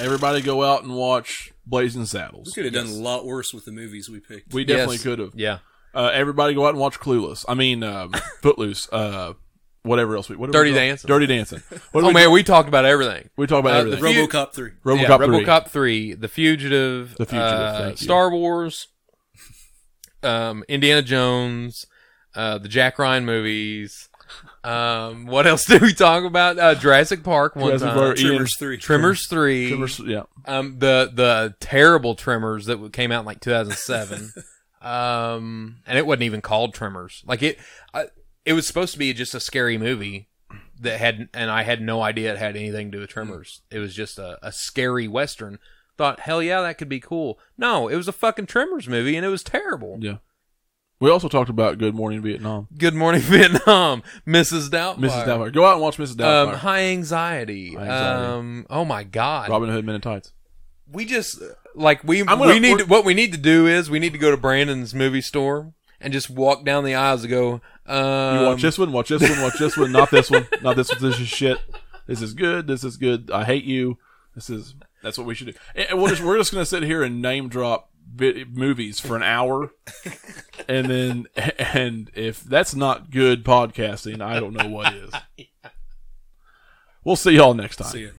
Speaker 1: Everybody go out and watch Blazing
Speaker 2: We
Speaker 1: Saddles.
Speaker 2: could have done a lot worse with the movies we picked.
Speaker 1: We definitely
Speaker 3: yes.
Speaker 1: could have.
Speaker 3: Yeah.
Speaker 1: Uh, everybody go out and watch Clueless. I mean, uh, Footloose. Uh, whatever else we what did
Speaker 3: Dirty
Speaker 1: we talk-
Speaker 3: Dancing.
Speaker 1: Dirty Dancing. What did
Speaker 3: Oh
Speaker 1: we,
Speaker 3: man, we talked about everything.
Speaker 1: we talk about
Speaker 3: uh,
Speaker 1: everything.
Speaker 3: the Fu-
Speaker 2: RoboCop three.
Speaker 1: RoboCop
Speaker 3: yeah,
Speaker 1: 3.
Speaker 3: RoboCop three, The Fugitive,
Speaker 1: The Fugitive,
Speaker 3: uh,
Speaker 1: thank you.
Speaker 3: Star Wars, um, Indiana Jones, uh, the Jack Ryan movies. Um, what else did we talk about? Uh, Jurassic Park one
Speaker 1: Jurassic
Speaker 3: time.
Speaker 1: Park. Ian-
Speaker 2: Trimmers three.
Speaker 3: Tremors three.
Speaker 1: Trimmers- yeah.
Speaker 3: Um, the the terrible Tremors that w- came out in like 2007. um, and it wasn't even called Tremors. Like it, I, it was supposed to be just a scary movie that had, and I had no idea it had anything to do with
Speaker 1: Hmm.
Speaker 3: Tremors. It was just a, a scary western. Thought, hell yeah, that could be cool. No, it was a fucking Tremors movie, and it was terrible.
Speaker 1: Yeah. We also talked about Good Morning Vietnam.
Speaker 3: Good Morning Vietnam, Mrs. Doubtfire,
Speaker 1: Mrs. Doubtfire. Go out and watch Mrs.
Speaker 3: um,
Speaker 1: Doubtfire.
Speaker 3: High anxiety.
Speaker 1: High Anxiety.
Speaker 3: Um, oh my god,
Speaker 1: Robin Hood Men in Tights.
Speaker 3: we just like we
Speaker 1: I'm gonna-
Speaker 3: we need
Speaker 1: we're-
Speaker 3: to, what we need to do is we need to go to Brandon's movie store and just walk down the aisles and go.
Speaker 1: You
Speaker 3: Um,
Speaker 1: watch this one, watch this one, watch this one, not this one, not this one. This is shit. This is good. This is good. I hate you. This is that's what we should do. And- And we'll just we're just gonna sit here and name drop vi- movies for an hour, and then and if that's not good podcasting, I don't know what is. We'll see y'all next time.
Speaker 2: See ya.